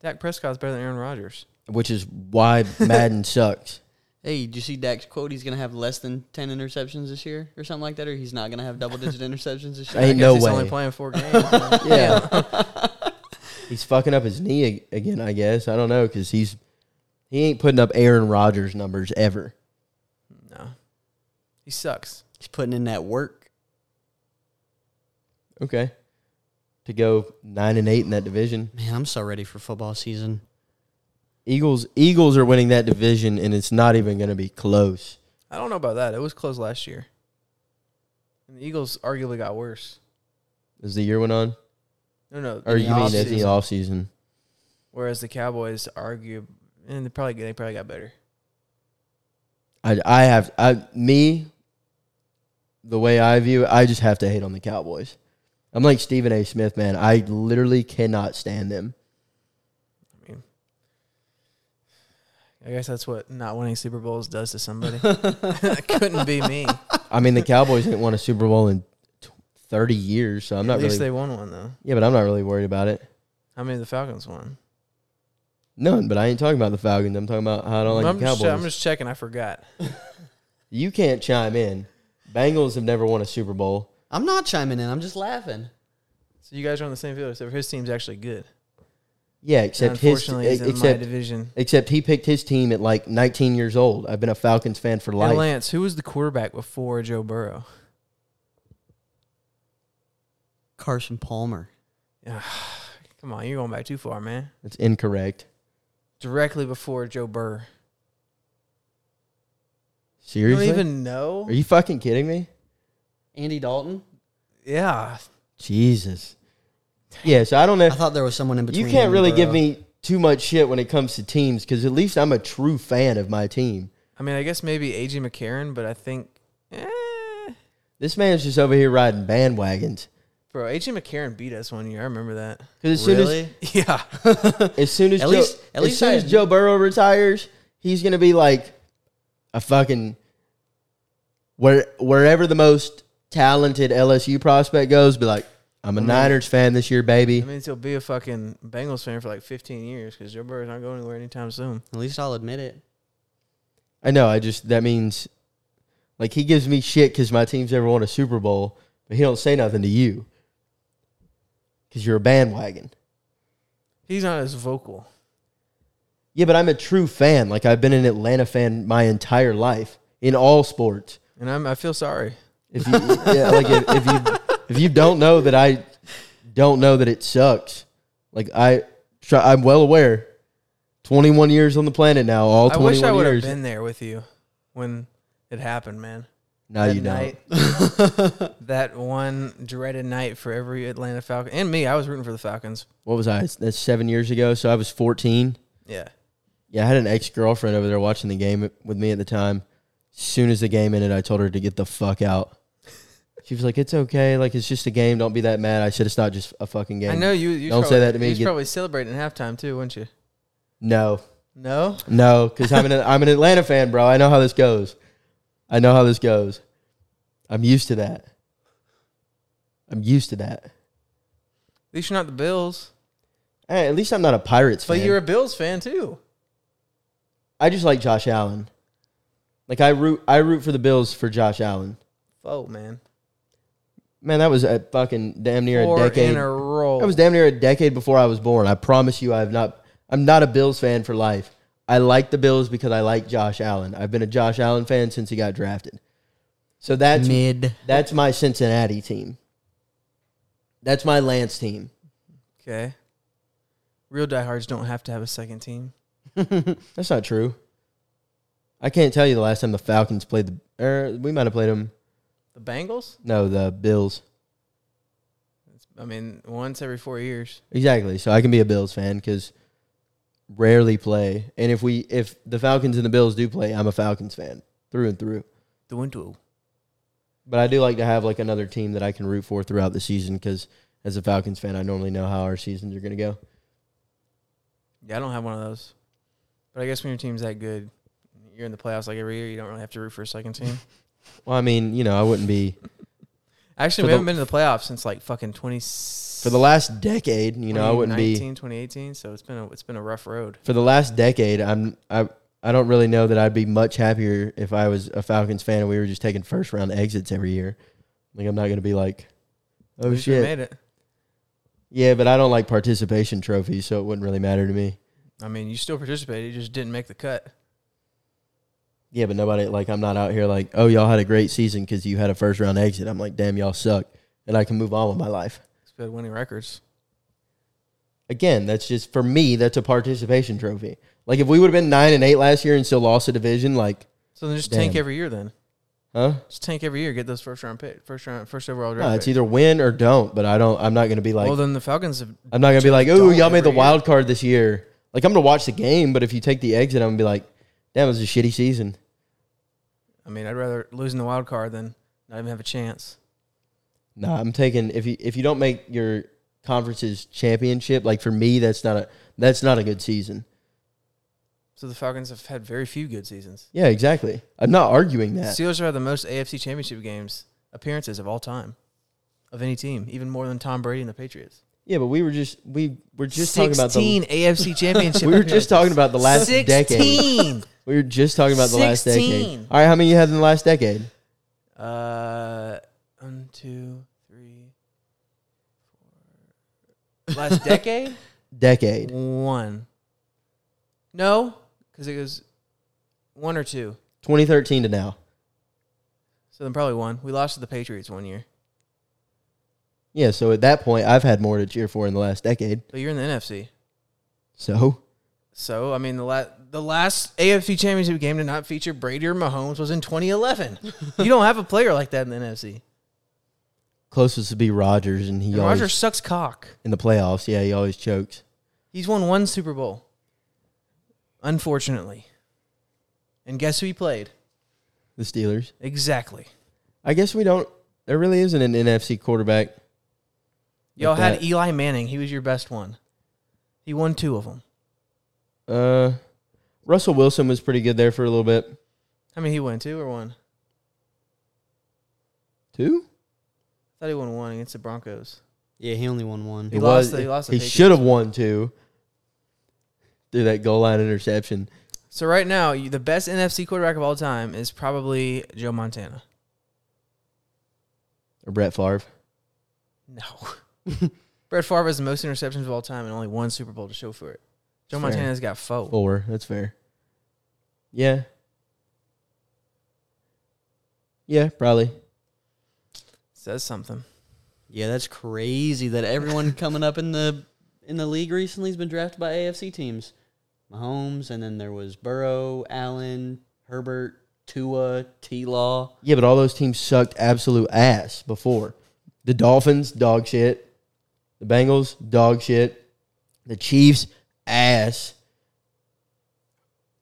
[SPEAKER 3] Dak Prescott's better than Aaron Rodgers.
[SPEAKER 1] which is why Madden (laughs) sucks.
[SPEAKER 2] (laughs) Hey, did you see Dak's quote? He's gonna have less than ten interceptions this year, or something like that, or he's not gonna have
[SPEAKER 1] (laughs)
[SPEAKER 2] double digit interceptions this year.
[SPEAKER 1] Ain't
[SPEAKER 3] guess
[SPEAKER 1] no
[SPEAKER 3] he's
[SPEAKER 1] way.
[SPEAKER 3] only
[SPEAKER 1] (laughs)
[SPEAKER 3] playing four games.
[SPEAKER 1] Yeah. he's fucking up his knee ag- again, I guess. I don't know cuz he's he ain't putting up Aaron Rodgers numbers ever.
[SPEAKER 3] no, he sucks.
[SPEAKER 2] (laughs) He's putting in that work.
[SPEAKER 1] Okay. To go 9 and 8 in that division.
[SPEAKER 2] Man, I'm so ready for football season.
[SPEAKER 1] Eagles Eagles are winning that division and it's not even going to be close.
[SPEAKER 3] I don't know about that. It was close last year. And the Eagles arguably got worse.
[SPEAKER 1] As the year went on,
[SPEAKER 3] No, no.
[SPEAKER 1] or
[SPEAKER 3] in
[SPEAKER 1] you mean as
[SPEAKER 3] offseason.
[SPEAKER 1] the offseason?
[SPEAKER 3] Whereas the Cowboys argue, and they probably they probably got better.
[SPEAKER 1] I I have I me the way I view it, I just have to hate on the Cowboys. I'm like Stephen A. Smith, man. I literally cannot stand them.
[SPEAKER 3] I mean, I guess that's what not winning Super Bowls does
[SPEAKER 2] (laughs)
[SPEAKER 3] to somebody. that couldn't be me.
[SPEAKER 1] I mean, the Cowboys didn't won a Super Bowl in t- 30 years, so (laughs) I'm not
[SPEAKER 3] At least
[SPEAKER 1] really.
[SPEAKER 3] they won one though.
[SPEAKER 1] yeah, but I'm not really worried about it.
[SPEAKER 3] How many of the Falcons won?
[SPEAKER 1] None, but I ain't talking about the Falcons. I'm talking about how I don't like
[SPEAKER 3] I'm,
[SPEAKER 1] the
[SPEAKER 3] just,
[SPEAKER 1] Cowboys.
[SPEAKER 3] I'm just checking. I forgot.
[SPEAKER 1] you can't chime in. Bengals have never won a Super Bowl.
[SPEAKER 2] I'm not chiming in. I'm just laughing.
[SPEAKER 3] So you guys are on the same field, except his team's actually good.
[SPEAKER 1] Yeah,
[SPEAKER 3] And
[SPEAKER 1] except his
[SPEAKER 3] unfortunately, he's in my
[SPEAKER 1] except
[SPEAKER 3] division.
[SPEAKER 1] except he picked his team at like 19 years old. I've been a Falcons fan for life.
[SPEAKER 3] And Lance, who was the quarterback before Joe Burrow?
[SPEAKER 2] Carson Palmer.
[SPEAKER 3] Come on, you're going back too far, man.
[SPEAKER 1] That's incorrect.
[SPEAKER 3] Directly before Joe Burr. You
[SPEAKER 1] Seriously?
[SPEAKER 3] don't even know?
[SPEAKER 1] Are you fucking kidding me?
[SPEAKER 2] Andy Dalton.
[SPEAKER 3] yeah.
[SPEAKER 1] Jesus. Yeah, so I don't know.
[SPEAKER 2] I thought there was someone in between.
[SPEAKER 1] you can't
[SPEAKER 2] him
[SPEAKER 1] really
[SPEAKER 2] and
[SPEAKER 1] give
[SPEAKER 2] Burrow.
[SPEAKER 1] me too much shit when it comes to teams because at least I'm a true fan of my team.
[SPEAKER 3] I mean, I guess maybe A.J. McCarron, but I think. eh.
[SPEAKER 1] This man's just over here riding bandwagons
[SPEAKER 3] Bro, A.J. McCarron beat us one year. I remember that.
[SPEAKER 1] because as
[SPEAKER 2] Really? (laughs)
[SPEAKER 1] soon
[SPEAKER 3] Yeah.
[SPEAKER 1] as as soon as
[SPEAKER 2] At
[SPEAKER 1] Joe,
[SPEAKER 2] least- at least
[SPEAKER 1] as soon
[SPEAKER 2] I-
[SPEAKER 1] as Joe Burrow retires, he's gonna be like a fucking where wherever the most talented LSU prospect goes, be like. I'm a
[SPEAKER 2] Mm-hmm.
[SPEAKER 1] Niners fan this year, baby.
[SPEAKER 3] That means he'll be a fucking Bengals fan for like 15 years because Joe Burrow's not going anywhere anytime soon.
[SPEAKER 2] At least I'll admit it.
[SPEAKER 1] I know. I just that means, like, he gives me shit because my team's never won a Super Bowl, but he don't say nothing to you because you're a bandwagon.
[SPEAKER 3] He's not as vocal.
[SPEAKER 1] Yeah, but I'm a true fan. Like, I've been an Atlanta fan my entire life in all sports.
[SPEAKER 3] And I'm, I feel sorry.
[SPEAKER 1] If you, yeah, like, if, if you if you don't know that I don't know that it sucks, like I try, I'm well aware. 21 years on the planet now. All
[SPEAKER 3] I
[SPEAKER 1] 21
[SPEAKER 3] wish I would have
[SPEAKER 1] years.
[SPEAKER 3] been there with you when it happened, man.
[SPEAKER 1] no,
[SPEAKER 3] that
[SPEAKER 1] you
[SPEAKER 3] night, that one dreaded night for every Atlanta Falcon and me. I was rooting for the Falcons.
[SPEAKER 1] don't. What was I? That's seven years ago. So I was 14.
[SPEAKER 3] Yeah,
[SPEAKER 1] Yeah, I had an ex girlfriend over there watching the game with me at the time. Soon as the game ended, I told her to get the fuck out. She was like, "It's okay, like it's just a game. Don't be that mad." I said, "It's not just a fucking game."
[SPEAKER 3] I know you. you
[SPEAKER 1] Don't say
[SPEAKER 3] probably-
[SPEAKER 1] that to me.
[SPEAKER 3] You was
[SPEAKER 1] Get-
[SPEAKER 3] probably celebrating at halftime too, wouldn't you?
[SPEAKER 1] No,
[SPEAKER 3] No,
[SPEAKER 1] no, because I'm an I'm an Atlanta fan, bro. I know how this goes. I know how this goes. I'm used to that. I'm used to that.
[SPEAKER 3] at least you're not the Bills,
[SPEAKER 1] Hey, Eh, at least I'm not a Pirates
[SPEAKER 3] but
[SPEAKER 1] fan.
[SPEAKER 3] you're a Bills fan too.
[SPEAKER 1] I just like Josh Allen. Like I root I root for the Bills for Josh Allen.
[SPEAKER 3] Oh man,
[SPEAKER 1] Man, that was a fucking damn near
[SPEAKER 3] four
[SPEAKER 1] a decade
[SPEAKER 3] in a row.
[SPEAKER 1] That was damn near a decade before I was born. I promise you, I have not. I'm not a Bills fan for life. I like the Bills because I like Josh Allen. I've been a Josh Allen fan since he got drafted. So that's
[SPEAKER 2] (laughs) Mid.
[SPEAKER 1] that's my Cincinnati team. That's my Lance team.
[SPEAKER 3] okay. Real diehards don't have to have a second team.
[SPEAKER 1] Hmm, That's not true. I can't tell you the last time the Falcons played the. Er, we might have played them.
[SPEAKER 3] The Bengals?
[SPEAKER 1] No, the Bills.
[SPEAKER 3] It's- I mean, once every four years.
[SPEAKER 1] Exactly. So I can be a Bills fan because rarely play. And if we if the Falcons and the Bills do play, I'm a Falcons fan through and through.
[SPEAKER 3] the window.
[SPEAKER 1] But I do like to have like another team that I can root for throughout the season because as a Falcons fan, I normally know how our seasons are going to go.
[SPEAKER 3] Yeah, I don't have one of those. But I guess when your team's that good, you're in the playoffs like every year. You don't really have to root for a
[SPEAKER 1] (laughs)
[SPEAKER 3] second team.
[SPEAKER 1] Well, I mean, you know, I wouldn't be
[SPEAKER 3] Actually,
[SPEAKER 1] For
[SPEAKER 3] we
[SPEAKER 1] the-
[SPEAKER 3] haven't been to the playoffs since like fucking twenty.
[SPEAKER 1] for the last decade. You know, I wouldn't be
[SPEAKER 3] 2018. So it's been a it's been a rough road.
[SPEAKER 1] for the last decade. I'm I I don't really know that I'd be much happier if I was a Falcons fan and we were just taking first round exits every year. Like I'm not going to be like,
[SPEAKER 3] At
[SPEAKER 1] oh
[SPEAKER 3] least we
[SPEAKER 1] shit,
[SPEAKER 3] made it.
[SPEAKER 1] yeah. But I don't like participation trophies, so it wouldn't really matter to me.
[SPEAKER 3] I mean, you still participated. You just didn't make the cut.
[SPEAKER 1] Yeah, but nobody like I'm not out here like, oh y'all had a great season because you had a first round exit. I'm like, damn, y'all suck, and I can move on with my life.
[SPEAKER 3] We had winning records.
[SPEAKER 1] again, that's just for me, that's a participation trophy. Like if we would have been nine and eight last year and still lost a division, like,
[SPEAKER 3] So then just
[SPEAKER 1] Damn.
[SPEAKER 3] tank every year. Then
[SPEAKER 1] huh?
[SPEAKER 3] just tank every year. Get those first round pick, first round, first overall draft.
[SPEAKER 1] No, it's
[SPEAKER 3] pick.
[SPEAKER 1] either win or don't. But I don't. I'm not gonna be like.
[SPEAKER 3] well, then the Falcons. Have,
[SPEAKER 1] I'm not gonna be like, oh,
[SPEAKER 3] don't
[SPEAKER 1] y'all made the
[SPEAKER 3] every
[SPEAKER 1] wild card this year. Like I'm gonna watch the game, but if you take the exit, I'm gonna be like, damn, it was a shitty season.
[SPEAKER 3] I mean, I'd rather lose in the wild card than not even have a chance.
[SPEAKER 1] Nah, I'm taking if you if you don't make your conference's championship, like for me, that's not a that's not a good season.
[SPEAKER 3] So the Falcons have had very few good seasons.
[SPEAKER 1] Yeah, exactly. I'm not arguing
[SPEAKER 3] The
[SPEAKER 1] that.
[SPEAKER 3] Steelers have had the most AFC Championship games appearances of all time, of any team, even more than Tom Brady and the Patriots.
[SPEAKER 1] Yeah, but we were just we were just talking about the
[SPEAKER 3] sixteen AFC Championship.
[SPEAKER 1] (laughs) we were just talking about the last decade. (laughs)
[SPEAKER 3] 16.
[SPEAKER 1] We were just talking about the last
[SPEAKER 3] 16.
[SPEAKER 1] decade. All right, how many you had in the last decade?
[SPEAKER 3] Uh, one, two, three, four. Last decade,
[SPEAKER 1] (laughs) Decade.
[SPEAKER 3] one. No, because it was one or two.
[SPEAKER 1] 2013 to now.
[SPEAKER 3] So then probably one. We lost to the Patriots one year,
[SPEAKER 1] Yeah, so at that point, I've had more to cheer for in the last decade.
[SPEAKER 3] but you're in the NFC.
[SPEAKER 1] So,
[SPEAKER 3] So I mean, the la- the last AFC Championship game to not feature Brady or Mahomes was in 2011. you don't have a player like that in the NFC.
[SPEAKER 1] closest would be Rodgers, and he
[SPEAKER 3] And
[SPEAKER 1] always
[SPEAKER 3] Rodgers sucks cock.
[SPEAKER 1] in the playoffs. Yeah, he always chokes.
[SPEAKER 3] He's won one Super Bowl. Unfortunately. And guess who he played?
[SPEAKER 1] The Steelers.
[SPEAKER 3] Exactly.
[SPEAKER 1] I guess we don't. There really isn't an NFC quarterback.
[SPEAKER 3] Y'all
[SPEAKER 1] Like
[SPEAKER 3] had E-
[SPEAKER 1] that.
[SPEAKER 3] Eli Manning. He was your best one. He won two of them.
[SPEAKER 1] Uh, Russell Wilson was pretty good there for a little bit.
[SPEAKER 3] I mean, he won two or one? I
[SPEAKER 1] Two.
[SPEAKER 3] thought he won one against the Broncos.
[SPEAKER 2] Yeah, he only won one.
[SPEAKER 3] He
[SPEAKER 1] It
[SPEAKER 3] lost the- he lost the
[SPEAKER 1] he
[SPEAKER 3] Patriots.
[SPEAKER 1] should have won two. Through that goal line interception.
[SPEAKER 3] So right now, you, the best NFC quarterback of all time is probably Joe Montana.
[SPEAKER 1] Or Brett Favre.
[SPEAKER 3] No. Brett Favre has the most interceptions of all time and only one Super Bowl to show for it. Joe
[SPEAKER 1] Fair.
[SPEAKER 3] Montana's got four.
[SPEAKER 1] Four. That's fair. Yeah. Yeah, probably.
[SPEAKER 3] Says something.
[SPEAKER 2] (laughs) Yeah, that's crazy that everyone coming up in the in the league recently has been drafted by AFC teams. Mahomes, and then there was Burrow, Allen, Herbert, Tua, T. Law.
[SPEAKER 1] Yeah, but all those teams sucked absolute ass before. The Dolphins, dog shit. The Bengals, dog shit. The Chiefs, ass.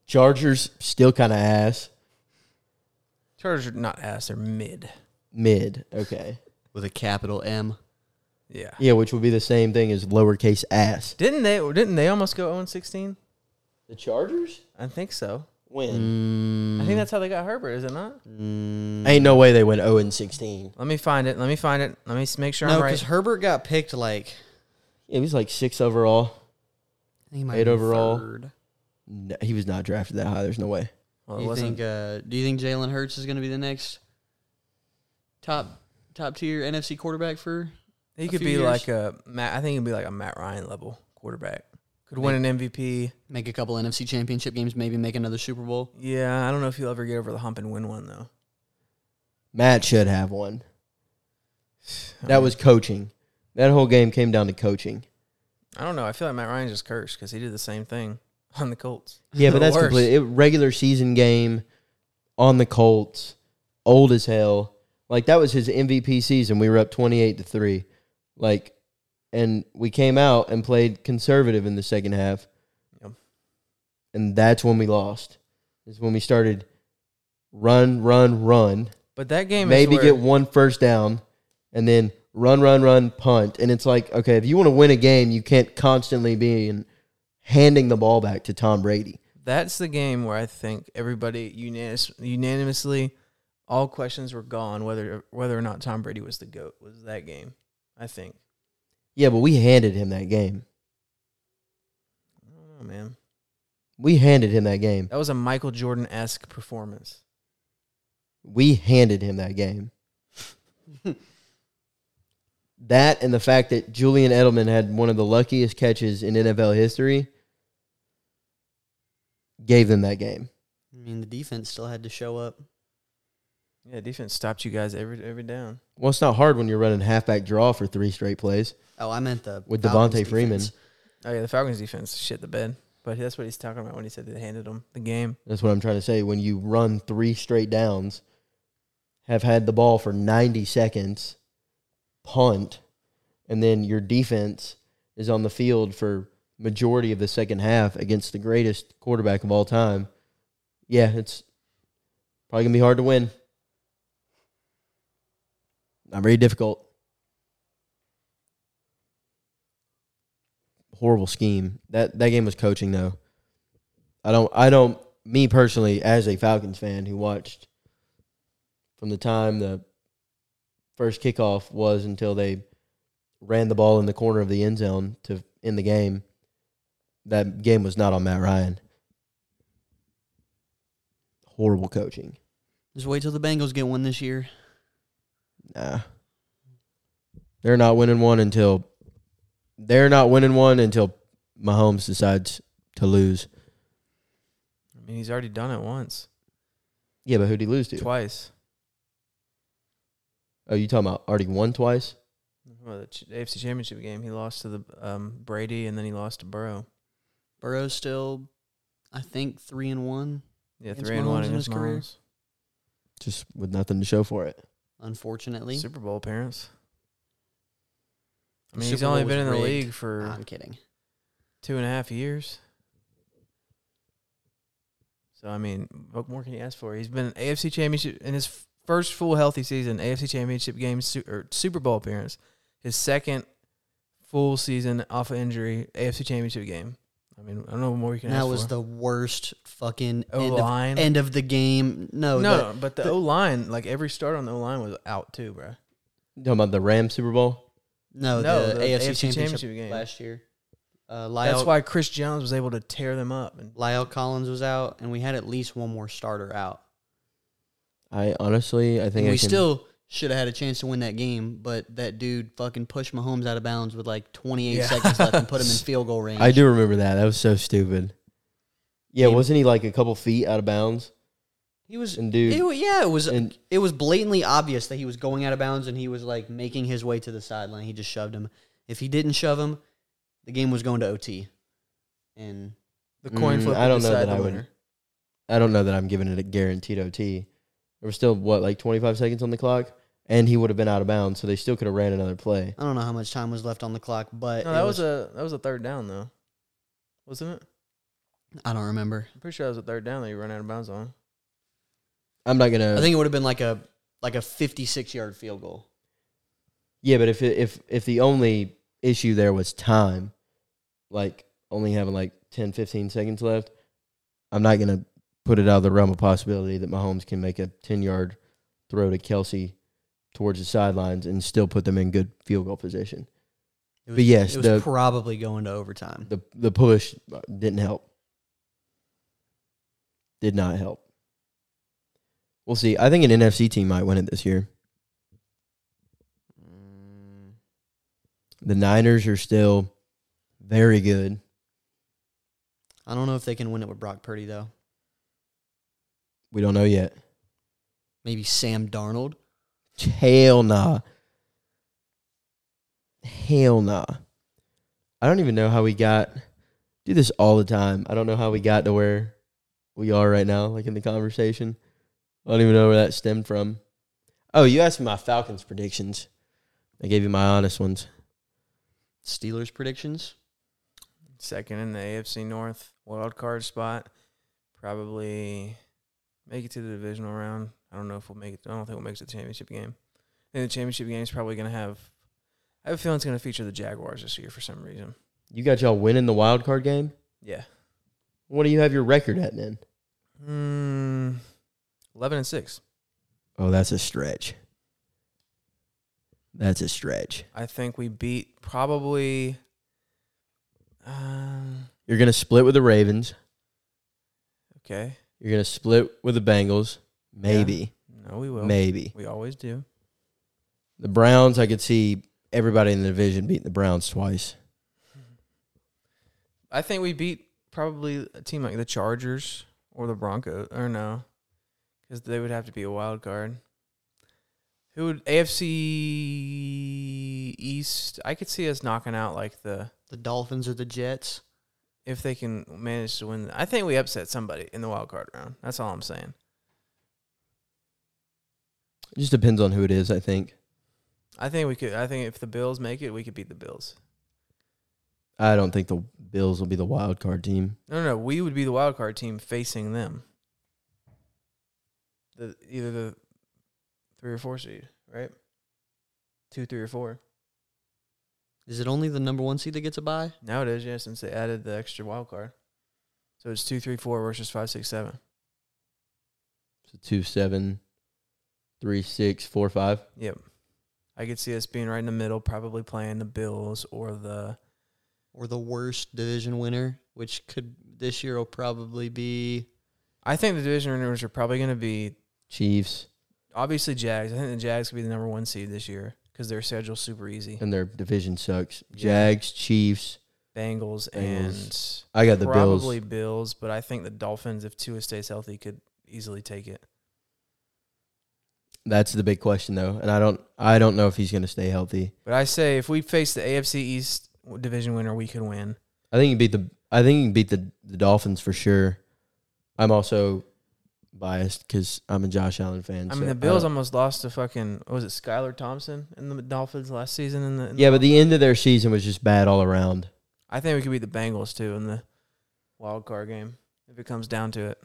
[SPEAKER 1] Chargers, still kind of ass.
[SPEAKER 3] Chargers are not ass. They're mid.
[SPEAKER 1] Mid. Okay.
[SPEAKER 2] With a capital M.
[SPEAKER 3] Yeah.
[SPEAKER 1] Yeah, which would be the same thing as lowercase ass.
[SPEAKER 3] Didn't they? Didn't they almost go 0 16?
[SPEAKER 1] The Chargers?
[SPEAKER 3] I think so.
[SPEAKER 1] When?
[SPEAKER 2] Mm,
[SPEAKER 3] I think that's how they got Herbert, is it not?
[SPEAKER 2] mm,
[SPEAKER 1] Ain't no way they went 0 and 16.
[SPEAKER 3] Let me find it. Let me find it. Let me s- make sure
[SPEAKER 2] no,
[SPEAKER 3] I'm
[SPEAKER 2] because
[SPEAKER 3] right.
[SPEAKER 2] Herbert got picked like
[SPEAKER 1] It was like six overall.
[SPEAKER 2] I think he might
[SPEAKER 1] Eight
[SPEAKER 2] be
[SPEAKER 1] overall.
[SPEAKER 2] Third.
[SPEAKER 1] No, he was not drafted that high. There's no way.
[SPEAKER 3] Well, it
[SPEAKER 2] you
[SPEAKER 3] wasn't.
[SPEAKER 2] think? Uh, do you think Jalen Hurts is going to be the next top top tier NFC quarterback for?
[SPEAKER 3] he
[SPEAKER 2] a
[SPEAKER 3] could
[SPEAKER 2] few
[SPEAKER 3] be
[SPEAKER 2] years?
[SPEAKER 3] like a Matt. I think he'd be like a Matt Ryan level quarterback. Could
[SPEAKER 2] Think-
[SPEAKER 3] win an MVP.
[SPEAKER 2] Make a couple NFC Championship games, maybe make another Super Bowl. (laughs)
[SPEAKER 3] Yeah, I don't know if he'll ever get over the hump and win one though.
[SPEAKER 1] Matt should have one.
[SPEAKER 3] I
[SPEAKER 1] That
[SPEAKER 3] mean,
[SPEAKER 1] was coaching. That whole game came down to coaching.
[SPEAKER 3] I don't know. I feel like Matt Ryan's just cursed because he did the same thing on the Colts.
[SPEAKER 1] Yeah,
[SPEAKER 3] (laughs)
[SPEAKER 1] but
[SPEAKER 3] The
[SPEAKER 1] that's
[SPEAKER 3] worst.
[SPEAKER 1] complete. It, regular season game on the Colts, old as hell. Like that was his MVP season. We were up twenty eight to three, like, and we came out and played conservative in the second half.
[SPEAKER 3] Yep.
[SPEAKER 1] And that's when we lost. Is when we started run, run, run,
[SPEAKER 3] But that game
[SPEAKER 1] maybe
[SPEAKER 3] is where,
[SPEAKER 1] get one first down, and then run, run, run, punt. And it's like, okay, if you want to win a game, you can't constantly be in handing the ball back to Tom Brady.
[SPEAKER 3] that's the game where I think everybody unanimous, unanimously, all questions were gone whether whether or not Tom Brady was the goat was that game. I think.
[SPEAKER 1] Yeah, but we handed him that game.
[SPEAKER 3] I don't know, man.
[SPEAKER 1] We handed him that game.
[SPEAKER 3] That was a Michael Jordan esque performance.
[SPEAKER 1] We handed him that game. that and the fact that Julian Edelman had one of the luckiest catches in NFL history gave them that game.
[SPEAKER 2] I mean, the defense still had to show up.
[SPEAKER 3] Yeah, defense stopped you guys every every down.
[SPEAKER 1] Well, it's not hard when you're running halfback draw for three straight plays.
[SPEAKER 2] Oh, I meant the
[SPEAKER 1] With
[SPEAKER 2] Falcons
[SPEAKER 1] Devontae Freeman.
[SPEAKER 2] defense.
[SPEAKER 3] Oh yeah, the Falcons defense shit the bed. But that's what he's talking about when he said they handed him the game.
[SPEAKER 1] That's what I'm trying to say. When you run three straight downs, have had the ball for 90 seconds, punt, and then your defense is on the field for majority of the second half against the greatest quarterback of all time. Yeah, it's probably gonna be hard to win. Not very difficult. Horrible scheme. That that game was coaching though. I don't I don't me personally as a Falcons fan who watched from the time the first kickoff was until they ran the ball in the corner of the end zone to end the game. That game was not on Matt Ryan. Horrible coaching.
[SPEAKER 2] Just wait till the Bengals get one this year.
[SPEAKER 1] Nah. They're not winning one until they're not winning one until Mahomes decides to lose.
[SPEAKER 3] I mean, he's already done it once,
[SPEAKER 1] Yeah, but who'd he lose to?
[SPEAKER 3] twice.
[SPEAKER 1] Oh, you talking about already won twice?
[SPEAKER 3] Well, the ch- AFC Championship game, he lost to the um, Brady, and then he lost to Burrow.
[SPEAKER 2] Burrow's still, I think, three and one.
[SPEAKER 3] Yeah,
[SPEAKER 2] Against
[SPEAKER 3] three and
[SPEAKER 2] Mahomes
[SPEAKER 3] one
[SPEAKER 2] in
[SPEAKER 3] against
[SPEAKER 2] his career.
[SPEAKER 3] Mahomes.
[SPEAKER 1] Just with nothing to show for it.
[SPEAKER 2] Unfortunately,
[SPEAKER 3] Super Bowl appearance. I
[SPEAKER 2] The
[SPEAKER 3] mean, he's
[SPEAKER 2] Super Bowl
[SPEAKER 3] only
[SPEAKER 2] was
[SPEAKER 3] been in the
[SPEAKER 2] rigged. Ah.
[SPEAKER 3] league for
[SPEAKER 2] I'm kidding.
[SPEAKER 3] two and a half years. So I mean, what more can you ask for? He's been AFC Championship in his f- first full healthy season, AFC Championship game su- or Super Bowl appearance, his second full season off of injury, AFC Championship game. I mean, I don't know what more you can
[SPEAKER 2] That
[SPEAKER 3] ask
[SPEAKER 2] was
[SPEAKER 3] for.
[SPEAKER 2] the worst fucking
[SPEAKER 3] O
[SPEAKER 2] end of,
[SPEAKER 3] line.
[SPEAKER 2] end of the game. No,
[SPEAKER 3] No,
[SPEAKER 2] no,
[SPEAKER 3] no, but the,
[SPEAKER 2] the-
[SPEAKER 3] O line, like every start on the O line was out too, bro.
[SPEAKER 1] You talking about the Rams Super Bowl?
[SPEAKER 2] no,
[SPEAKER 3] No,
[SPEAKER 2] Oh, the,
[SPEAKER 3] the
[SPEAKER 2] AFC,
[SPEAKER 3] AFC
[SPEAKER 2] championship,
[SPEAKER 3] Championship game.
[SPEAKER 2] last year. Uh, Lyle,
[SPEAKER 3] That's why Chris Jones was able to tear them up. And
[SPEAKER 2] Lyle Collins was out, and we had at least one more starter out.
[SPEAKER 1] I honestly, I think
[SPEAKER 2] And
[SPEAKER 1] I
[SPEAKER 2] we
[SPEAKER 1] can-
[SPEAKER 2] still should have had a chance to win that game, but that dude fucking pushed Mahomes out of bounds with like 28
[SPEAKER 3] Yeah.
[SPEAKER 2] seconds left and put
[SPEAKER 3] (laughs)
[SPEAKER 2] him in field goal range.
[SPEAKER 1] I do remember that. That was so stupid. Yeah,
[SPEAKER 2] He-
[SPEAKER 1] wasn't he like a couple feet out of bounds?
[SPEAKER 2] He was,
[SPEAKER 1] And dude,
[SPEAKER 2] it wa- yeah, it was,
[SPEAKER 1] and
[SPEAKER 2] it was blatantly obvious that he was going out of bounds and he was like making his way to the sideline. He just shoved him. If he didn't shove him, the game was going to OT. And
[SPEAKER 3] the coin
[SPEAKER 1] Mm,
[SPEAKER 3] flip.
[SPEAKER 1] I
[SPEAKER 3] would
[SPEAKER 1] don't know
[SPEAKER 3] decide
[SPEAKER 1] that
[SPEAKER 3] the
[SPEAKER 1] I would-
[SPEAKER 3] winner.
[SPEAKER 1] I don't know that I'm giving it a guaranteed OT. There was still what like 25 seconds on the clock, and he would have been out of bounds, so they still could have ran another play.
[SPEAKER 2] I don't know how much time was left on the clock, but
[SPEAKER 3] No, that was, a that was a third down though, wasn't it?
[SPEAKER 2] I don't remember.
[SPEAKER 3] I'm pretty sure that was a third down that you run out of bounds on.
[SPEAKER 1] I'm not gonna.
[SPEAKER 2] I think it would have been like a like a 56 yard field goal.
[SPEAKER 1] yeah, but if it, if if the only issue there was time, like only having like 10, 15 seconds left, I'm not gonna put it out of the realm of possibility that Mahomes can make a 10 yard throw to Kelsey towards the sidelines and still put them in good field goal position.
[SPEAKER 2] It was,
[SPEAKER 1] But yes,
[SPEAKER 2] it was
[SPEAKER 1] the-
[SPEAKER 2] probably going to overtime.
[SPEAKER 1] the the push didn't help. Did not help. We'll see. I think an NFC team might win it this year. Mm. The Niners are still very good.
[SPEAKER 2] I don't know if they can win it with Brock Purdy though.
[SPEAKER 1] We don't know yet.
[SPEAKER 2] Maybe Sam Darnold.
[SPEAKER 1] Hell nah. Hell nah. I don't even know how we got do this all the time. I don't know how we got to where we are right now, like in the conversation. I don't even know where that stemmed from. Oh, you asked me my Falcons predictions. I gave you my honest ones.
[SPEAKER 2] Steelers predictions.
[SPEAKER 3] Second in the AFC North wild card spot, probably make it to the divisional round. I don't know if we'll make it. I don't think we'll make it to the championship game. I think the championship game is probably going to have. I have a feeling it's going to feature the Jaguars this year for some reason.
[SPEAKER 1] You got y'all winning the wild card game.
[SPEAKER 3] Yeah.
[SPEAKER 1] What do you have your record at then?
[SPEAKER 3] Hmm. Eleven and six.
[SPEAKER 1] Oh, that's a stretch. That's a stretch.
[SPEAKER 3] I think we beat probably. Um.
[SPEAKER 1] You're gonna split with the Ravens.
[SPEAKER 3] Okay.
[SPEAKER 1] You're gonna split with the Bengals. Maybe,
[SPEAKER 3] No, we will.
[SPEAKER 1] maybe
[SPEAKER 3] We always do.
[SPEAKER 1] the Browns. I could see everybody in the division beating the Browns twice.
[SPEAKER 3] I think we beat probably a team like the Chargers or the Broncos, or no, because they would have to be a wild card. Who would AFC East? I could see us knocking out like the
[SPEAKER 2] The Dolphins or the Jets.
[SPEAKER 3] if they can manage to win. I think we upset somebody in the wild card round. That's all I'm saying.
[SPEAKER 1] It just depends on who it is. I think.
[SPEAKER 3] I think we could. I think if the Bills make it, we could beat the Bills.
[SPEAKER 1] I don't think the Bills will be the wild card team.
[SPEAKER 3] No, no, no, we would be the wild card team facing them. The either the three or four seed, right? Two, three, or four.
[SPEAKER 2] Is it only the number one seed that gets a bye?
[SPEAKER 3] Now it is, yeah, since they added the extra wild card. So it's two, three, four versus five, six, seven.
[SPEAKER 1] So two, seven, three, six, four, five.
[SPEAKER 3] Yep. I could see us being right in the middle, probably playing the Bills or the
[SPEAKER 2] Or the worst division winner, which could this year will probably be
[SPEAKER 3] I think the division winners are probably gonna be
[SPEAKER 1] Chiefs
[SPEAKER 3] obviously Jags. I think the Jags could be the number one seed this year because their schedule's super easy.
[SPEAKER 1] and their division sucks.
[SPEAKER 3] Yeah.
[SPEAKER 1] Jags, Chiefs.
[SPEAKER 3] Bengals,
[SPEAKER 1] Bengals.
[SPEAKER 3] and
[SPEAKER 1] I got the
[SPEAKER 3] probably
[SPEAKER 1] Bills.
[SPEAKER 3] Bills. but I think the Dolphins, if Tua stays healthy, could easily take it.
[SPEAKER 1] That's the big question though, and I don't. I don't know if he's going to stay healthy.
[SPEAKER 3] But I say if we face the AFC East division winner, we could win.
[SPEAKER 1] I think you beat the. I think you can beat the the Dolphins for sure. I'm also biased because I'm a Josh Allen fan.
[SPEAKER 3] I
[SPEAKER 1] so
[SPEAKER 3] mean, the Bills
[SPEAKER 1] don't-
[SPEAKER 3] almost lost to fucking what was it Skylar Thompson in the Dolphins last season? In the in
[SPEAKER 1] yeah, but the end of their season was just bad all around.
[SPEAKER 3] I think we could beat the Bengals too in the wild card game if it comes down to it.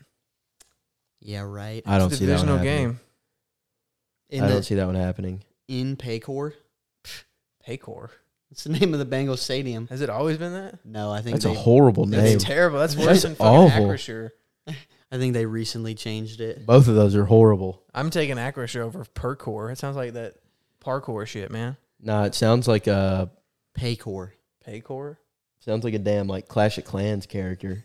[SPEAKER 2] Yeah, right.
[SPEAKER 1] I don't
[SPEAKER 3] it's a
[SPEAKER 1] see that one
[SPEAKER 3] divisional
[SPEAKER 1] happening.
[SPEAKER 3] game.
[SPEAKER 2] In
[SPEAKER 1] I
[SPEAKER 2] the
[SPEAKER 1] don't see that one happening.
[SPEAKER 2] in Paycor.
[SPEAKER 3] Paycor
[SPEAKER 2] That's the (laughs) name of the Bengals stadium.
[SPEAKER 3] has it always been that?
[SPEAKER 2] No, I think
[SPEAKER 1] That's
[SPEAKER 2] they,
[SPEAKER 1] a horrible
[SPEAKER 3] That's
[SPEAKER 1] name.
[SPEAKER 3] terrible. That's worse
[SPEAKER 1] That's
[SPEAKER 3] than fucking
[SPEAKER 1] awful.
[SPEAKER 3] Acrisure.
[SPEAKER 2] I think they recently changed it.
[SPEAKER 1] Both of those are horrible.
[SPEAKER 3] I'm taking Acrisure over Percor. It sounds like that parkour shit, man.
[SPEAKER 1] Nah, it sounds like a
[SPEAKER 2] Paycor. (laughs)
[SPEAKER 3] Paycor. (laughs)
[SPEAKER 1] sounds like a damn like Clash of Clans character.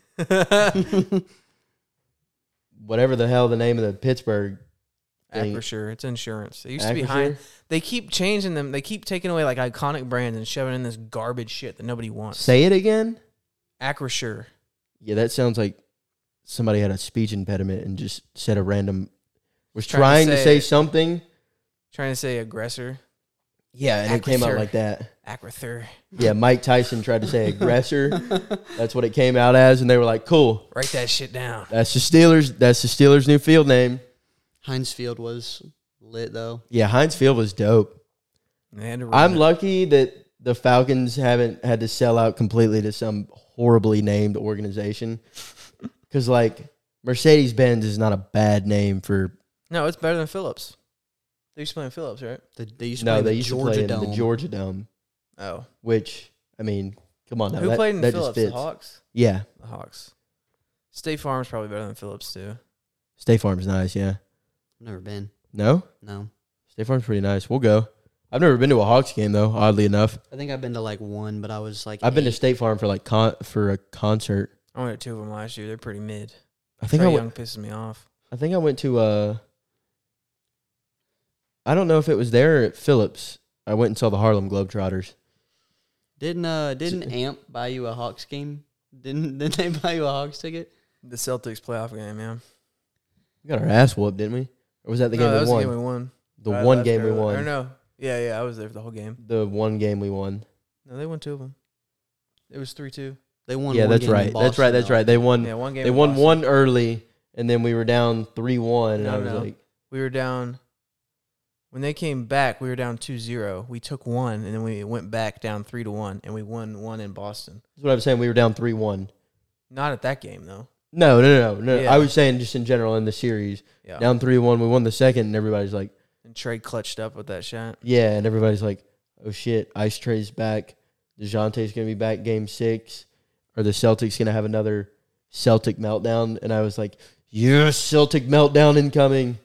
[SPEAKER 1] Whatever the hell the name of the Pittsburgh thing.
[SPEAKER 3] Acrisure. It's insurance. It used to be
[SPEAKER 1] Acrisure?
[SPEAKER 3] high. They keep changing them. They keep taking away like iconic brands and shoving in this garbage shit that nobody wants.
[SPEAKER 1] Say it again.
[SPEAKER 3] Acrisure.
[SPEAKER 1] Yeah, that sounds like somebody had a speech impediment and just said a random. Was
[SPEAKER 3] Trying
[SPEAKER 1] trying,
[SPEAKER 3] to
[SPEAKER 1] to
[SPEAKER 3] say
[SPEAKER 1] say
[SPEAKER 3] it.
[SPEAKER 1] something.
[SPEAKER 3] Trying to say aggressor.
[SPEAKER 1] Yeah, and it came out
[SPEAKER 3] Acrisure.
[SPEAKER 1] like that.
[SPEAKER 3] Acrither.
[SPEAKER 1] Yeah, Mike Tyson tried to say aggressor. That's what it came out as, and they were like, "Cool,
[SPEAKER 3] Write that shit down.
[SPEAKER 1] that's the Steelers. That's the Steelers' new field name."
[SPEAKER 2] (laughs) Heinz Field was lit though.
[SPEAKER 1] Yeah, Heinz Field was dope.
[SPEAKER 3] And they had to
[SPEAKER 1] I'm
[SPEAKER 3] ruin it.
[SPEAKER 1] lucky that the Falcons haven't had to sell out completely to some horribly named organization, because like Mercedes Benz is not a bad name for.
[SPEAKER 3] no, it's better than Phillips. They used to play in Phillips, right?
[SPEAKER 2] They, they used to
[SPEAKER 1] No,
[SPEAKER 2] play
[SPEAKER 1] they
[SPEAKER 2] the
[SPEAKER 1] used
[SPEAKER 2] Georgia
[SPEAKER 1] to play
[SPEAKER 2] Dome.
[SPEAKER 1] in the Georgia Dome,
[SPEAKER 3] Oh,
[SPEAKER 1] which I mean, come on, now,
[SPEAKER 3] who
[SPEAKER 1] that,
[SPEAKER 3] played in
[SPEAKER 1] that
[SPEAKER 3] Phillips?
[SPEAKER 1] Just
[SPEAKER 3] The
[SPEAKER 1] fits.
[SPEAKER 3] Hawks.
[SPEAKER 1] Yeah,
[SPEAKER 3] The Hawks. State Farm's probably better than Phillips too.
[SPEAKER 1] State Farm's nice. Yeah,
[SPEAKER 2] Never been.
[SPEAKER 1] no,
[SPEAKER 2] No,
[SPEAKER 1] State Farm's pretty nice. We'll go. I've never been to a Hawks game though. Oddly enough.
[SPEAKER 2] I think I've been to like one, but I was like
[SPEAKER 1] I've been to
[SPEAKER 2] eight.
[SPEAKER 1] State Farm for like con- for a concert.
[SPEAKER 3] I went to two of them last year. They're pretty mid.
[SPEAKER 1] I think
[SPEAKER 3] Trey
[SPEAKER 1] I went.
[SPEAKER 3] Young pisses me off.
[SPEAKER 1] I think I went to. Uh, I don't know if it was there or at Phillips. I went and saw the Harlem Globetrotters.
[SPEAKER 2] Didn't uh didn't Amp buy you a Hawks game? Didn't (laughs) didn't they buy you a Hawks ticket?
[SPEAKER 3] The Celtics playoff game, yeah.
[SPEAKER 1] We got our ass whooped, didn't we? Or was that the
[SPEAKER 3] no,
[SPEAKER 1] game
[SPEAKER 3] that
[SPEAKER 1] we
[SPEAKER 3] was
[SPEAKER 1] won?
[SPEAKER 3] the game we won.
[SPEAKER 1] the
[SPEAKER 3] I
[SPEAKER 1] one
[SPEAKER 3] left
[SPEAKER 1] game we
[SPEAKER 3] early- Or
[SPEAKER 1] won.
[SPEAKER 3] no. Yeah, yeah, I was there for the whole game.
[SPEAKER 1] The one game we won.
[SPEAKER 3] No, they won two of them. It was 3 2.
[SPEAKER 2] They won.
[SPEAKER 1] yeah,
[SPEAKER 2] one
[SPEAKER 1] that's
[SPEAKER 2] game in
[SPEAKER 1] right. that's right.
[SPEAKER 2] Boston,
[SPEAKER 1] That's
[SPEAKER 2] though.
[SPEAKER 1] right. They won.
[SPEAKER 3] Yeah, one game.
[SPEAKER 1] they
[SPEAKER 3] in
[SPEAKER 1] won
[SPEAKER 3] Boston.
[SPEAKER 1] one early, and then we were down three one, and
[SPEAKER 3] No,
[SPEAKER 1] I was
[SPEAKER 3] no.
[SPEAKER 1] like,
[SPEAKER 3] We were down. When they came back, we were down 2 0. We took one, and then we went back down 3 to 1, and we won one in Boston.
[SPEAKER 1] "That's what I'm saying." We were down three one.
[SPEAKER 3] Not at that game, though.
[SPEAKER 1] No, no, no, no.
[SPEAKER 3] Yeah. Oh.
[SPEAKER 1] I was saying just in general in the series,
[SPEAKER 3] Yeah.
[SPEAKER 1] down three one, we won the second, and everybody's like,
[SPEAKER 3] And Trey clutched up with that shot.
[SPEAKER 1] yeah, and everybody's like, oh shit, Ice Trey's back, Dejounte's gonna be back game six, are the Celtics gonna have another Celtic meltdown? And I was like, yes, Celtic meltdown incoming,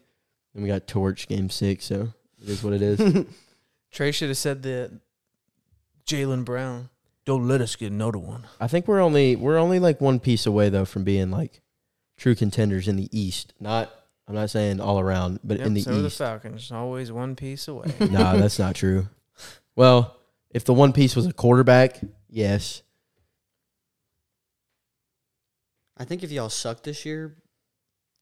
[SPEAKER 1] and we got torch game six, so it is what it is.
[SPEAKER 2] (laughs)
[SPEAKER 3] Trey should have said that Jalen Brown. Don't let us get another one.
[SPEAKER 1] I think we're only we're only like one piece away though from being like true contenders in the East. Not I'm not saying all around, but
[SPEAKER 3] Yep,
[SPEAKER 1] in the
[SPEAKER 3] so are the
[SPEAKER 1] East.
[SPEAKER 3] Falcons. Always one piece away. (laughs)
[SPEAKER 1] nah, that's not true. Well, if the one piece was a quarterback, yes.
[SPEAKER 2] I think if y'all suck this year,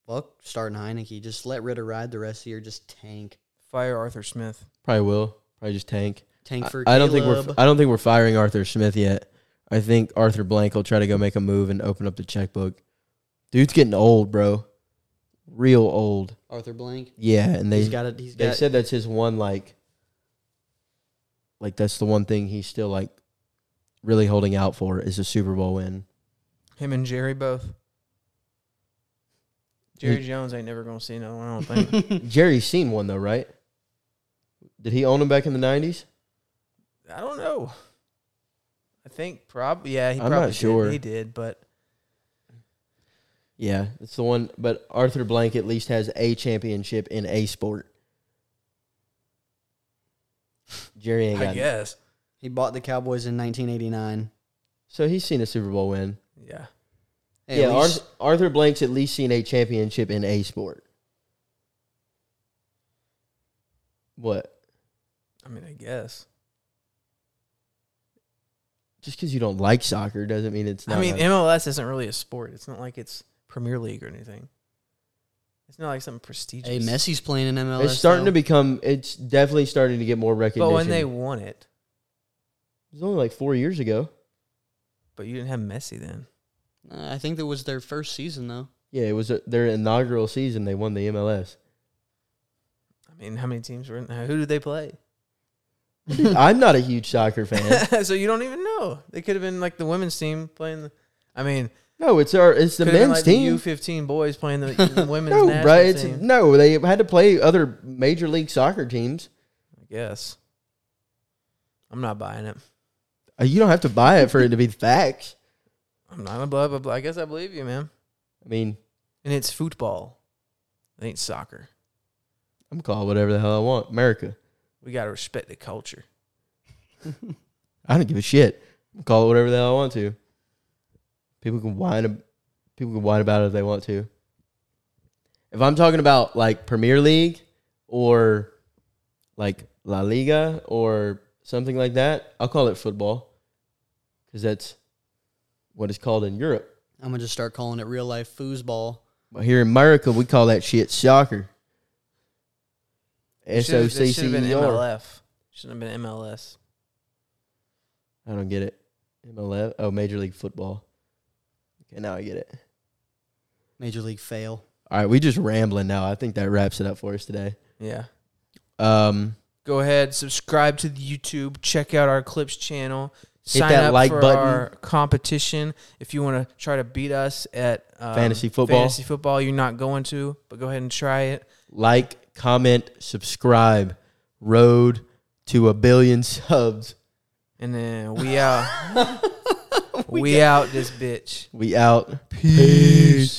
[SPEAKER 2] fuck starting Heineke. Just let Ritter ride the rest of the year. Just tank,
[SPEAKER 3] Fire Arthur Smith.
[SPEAKER 1] Probably will. Probably just tank.
[SPEAKER 2] tank
[SPEAKER 1] I,
[SPEAKER 2] for.
[SPEAKER 1] I don't think we're
[SPEAKER 2] Caleb.
[SPEAKER 1] I don't think we're firing Arthur Smith yet. I think Arthur Blank will try to go make a move and open up the checkbook. Dude's getting old, bro. Real old.
[SPEAKER 2] Arthur Blank.
[SPEAKER 1] Yeah, and they
[SPEAKER 2] he's got it. He's
[SPEAKER 1] they
[SPEAKER 2] got.
[SPEAKER 1] said that's his one like like that's the one thing he's still like really holding out for is a Super Bowl win.
[SPEAKER 3] Him and Jerry both. Jerry
[SPEAKER 1] He-
[SPEAKER 3] Jones ain't never gonna see another one. I don't think.
[SPEAKER 1] Jerry's seen one though, right? Did he own him back in the nineties?
[SPEAKER 3] I don't know. I think probably. Yeah, he
[SPEAKER 1] I'm not
[SPEAKER 3] probably
[SPEAKER 1] sure.
[SPEAKER 3] Did. He did, but
[SPEAKER 1] Yeah, it's the one. But Arthur Blank at least has a championship in a sport. Jerry ain't
[SPEAKER 3] I
[SPEAKER 1] got. it.
[SPEAKER 3] guess.
[SPEAKER 2] (laughs) he bought the Cowboys in 1989.
[SPEAKER 1] So he's seen a Super Bowl win.
[SPEAKER 3] Yeah.
[SPEAKER 2] Hey,
[SPEAKER 1] yeah,
[SPEAKER 2] at least-
[SPEAKER 1] Arthur, Arthur Blank's at least seen a championship in a sport. What?
[SPEAKER 3] I mean, I guess.
[SPEAKER 1] just because you don't like soccer doesn't mean it's not.
[SPEAKER 3] I mean,
[SPEAKER 1] a-
[SPEAKER 3] MLS isn't really a sport. It's not like it's Premier League or anything. It's not like something prestigious.
[SPEAKER 2] hey, Messi's playing in MLS.
[SPEAKER 1] it's starting to
[SPEAKER 2] though.
[SPEAKER 1] become. It's definitely starting to get more recognition.
[SPEAKER 3] But when they won it,
[SPEAKER 1] it was only like four years ago.
[SPEAKER 3] but you didn't have Messi then.
[SPEAKER 2] Uh, I think that was their first season though.
[SPEAKER 1] Yeah, it was uh their inaugural season. They won the MLS.
[SPEAKER 3] I mean, how many teams were in? uh, Who did they play?
[SPEAKER 1] (laughs) I'm not a
[SPEAKER 2] (laughs)
[SPEAKER 1] huge soccer
[SPEAKER 3] (laughs)
[SPEAKER 1] fan.
[SPEAKER 3] so you don't even know. They could have been like the women's team playing. The, I mean,
[SPEAKER 1] No, it's our. It's the
[SPEAKER 3] could have been,
[SPEAKER 1] men's
[SPEAKER 3] like,
[SPEAKER 1] team.
[SPEAKER 3] U fifteen boys
[SPEAKER 1] (laughs)
[SPEAKER 3] playing the women's
[SPEAKER 1] no,
[SPEAKER 3] national
[SPEAKER 1] bro. It's
[SPEAKER 3] team.
[SPEAKER 1] no. They had to play other major league soccer teams.
[SPEAKER 3] I guess. I'm not buying it.
[SPEAKER 1] Uh, You don't have to buy it for it to be facts.
[SPEAKER 3] I'm not above. Blah, blah. I guess I believe you, man.
[SPEAKER 1] I mean,
[SPEAKER 3] And it's football. It ain't soccer.
[SPEAKER 1] I'm called whatever the hell I want. America.
[SPEAKER 3] We gotta respect the culture.
[SPEAKER 1] I don't give a shit. Call it whatever the hell I want to. People can whine. ab- People can whine about it if they want to. If I'm talking about like Premier League or like La Liga or something like that, I'll call it football because that's what it's called in Europe.
[SPEAKER 2] I'm gonna just start calling it real life foosball.
[SPEAKER 1] But here in America, we call that shit soccer.
[SPEAKER 3] It
[SPEAKER 1] S O
[SPEAKER 3] should've-
[SPEAKER 1] C
[SPEAKER 3] it should've
[SPEAKER 1] C
[SPEAKER 3] been
[SPEAKER 1] E R.
[SPEAKER 3] MLF. Shouldn't have been MLS.
[SPEAKER 1] I don't get it. MLF. Oh, Major League Football. Okay, now I get it.
[SPEAKER 2] Major League fail.
[SPEAKER 1] All right, we just rambling now. I think that wraps it up for us today.
[SPEAKER 3] Yeah.
[SPEAKER 1] Um,
[SPEAKER 3] Go ahead, subscribe to the YouTube. Check out our clips channel.
[SPEAKER 1] Hit
[SPEAKER 3] Sign
[SPEAKER 1] that
[SPEAKER 3] up
[SPEAKER 1] like
[SPEAKER 3] for
[SPEAKER 1] button.
[SPEAKER 3] our competition. If you want to try to beat us at um,
[SPEAKER 1] Fantasy football.
[SPEAKER 3] fantasy football, you're not going to, but go ahead and try it.
[SPEAKER 1] like, comment, subscribe. Road to a billion (laughs) subs.
[SPEAKER 3] And then
[SPEAKER 1] (laughs)
[SPEAKER 3] uh,
[SPEAKER 2] (laughs)
[SPEAKER 3] we out. we out this bitch.
[SPEAKER 1] We out.
[SPEAKER 3] Peace.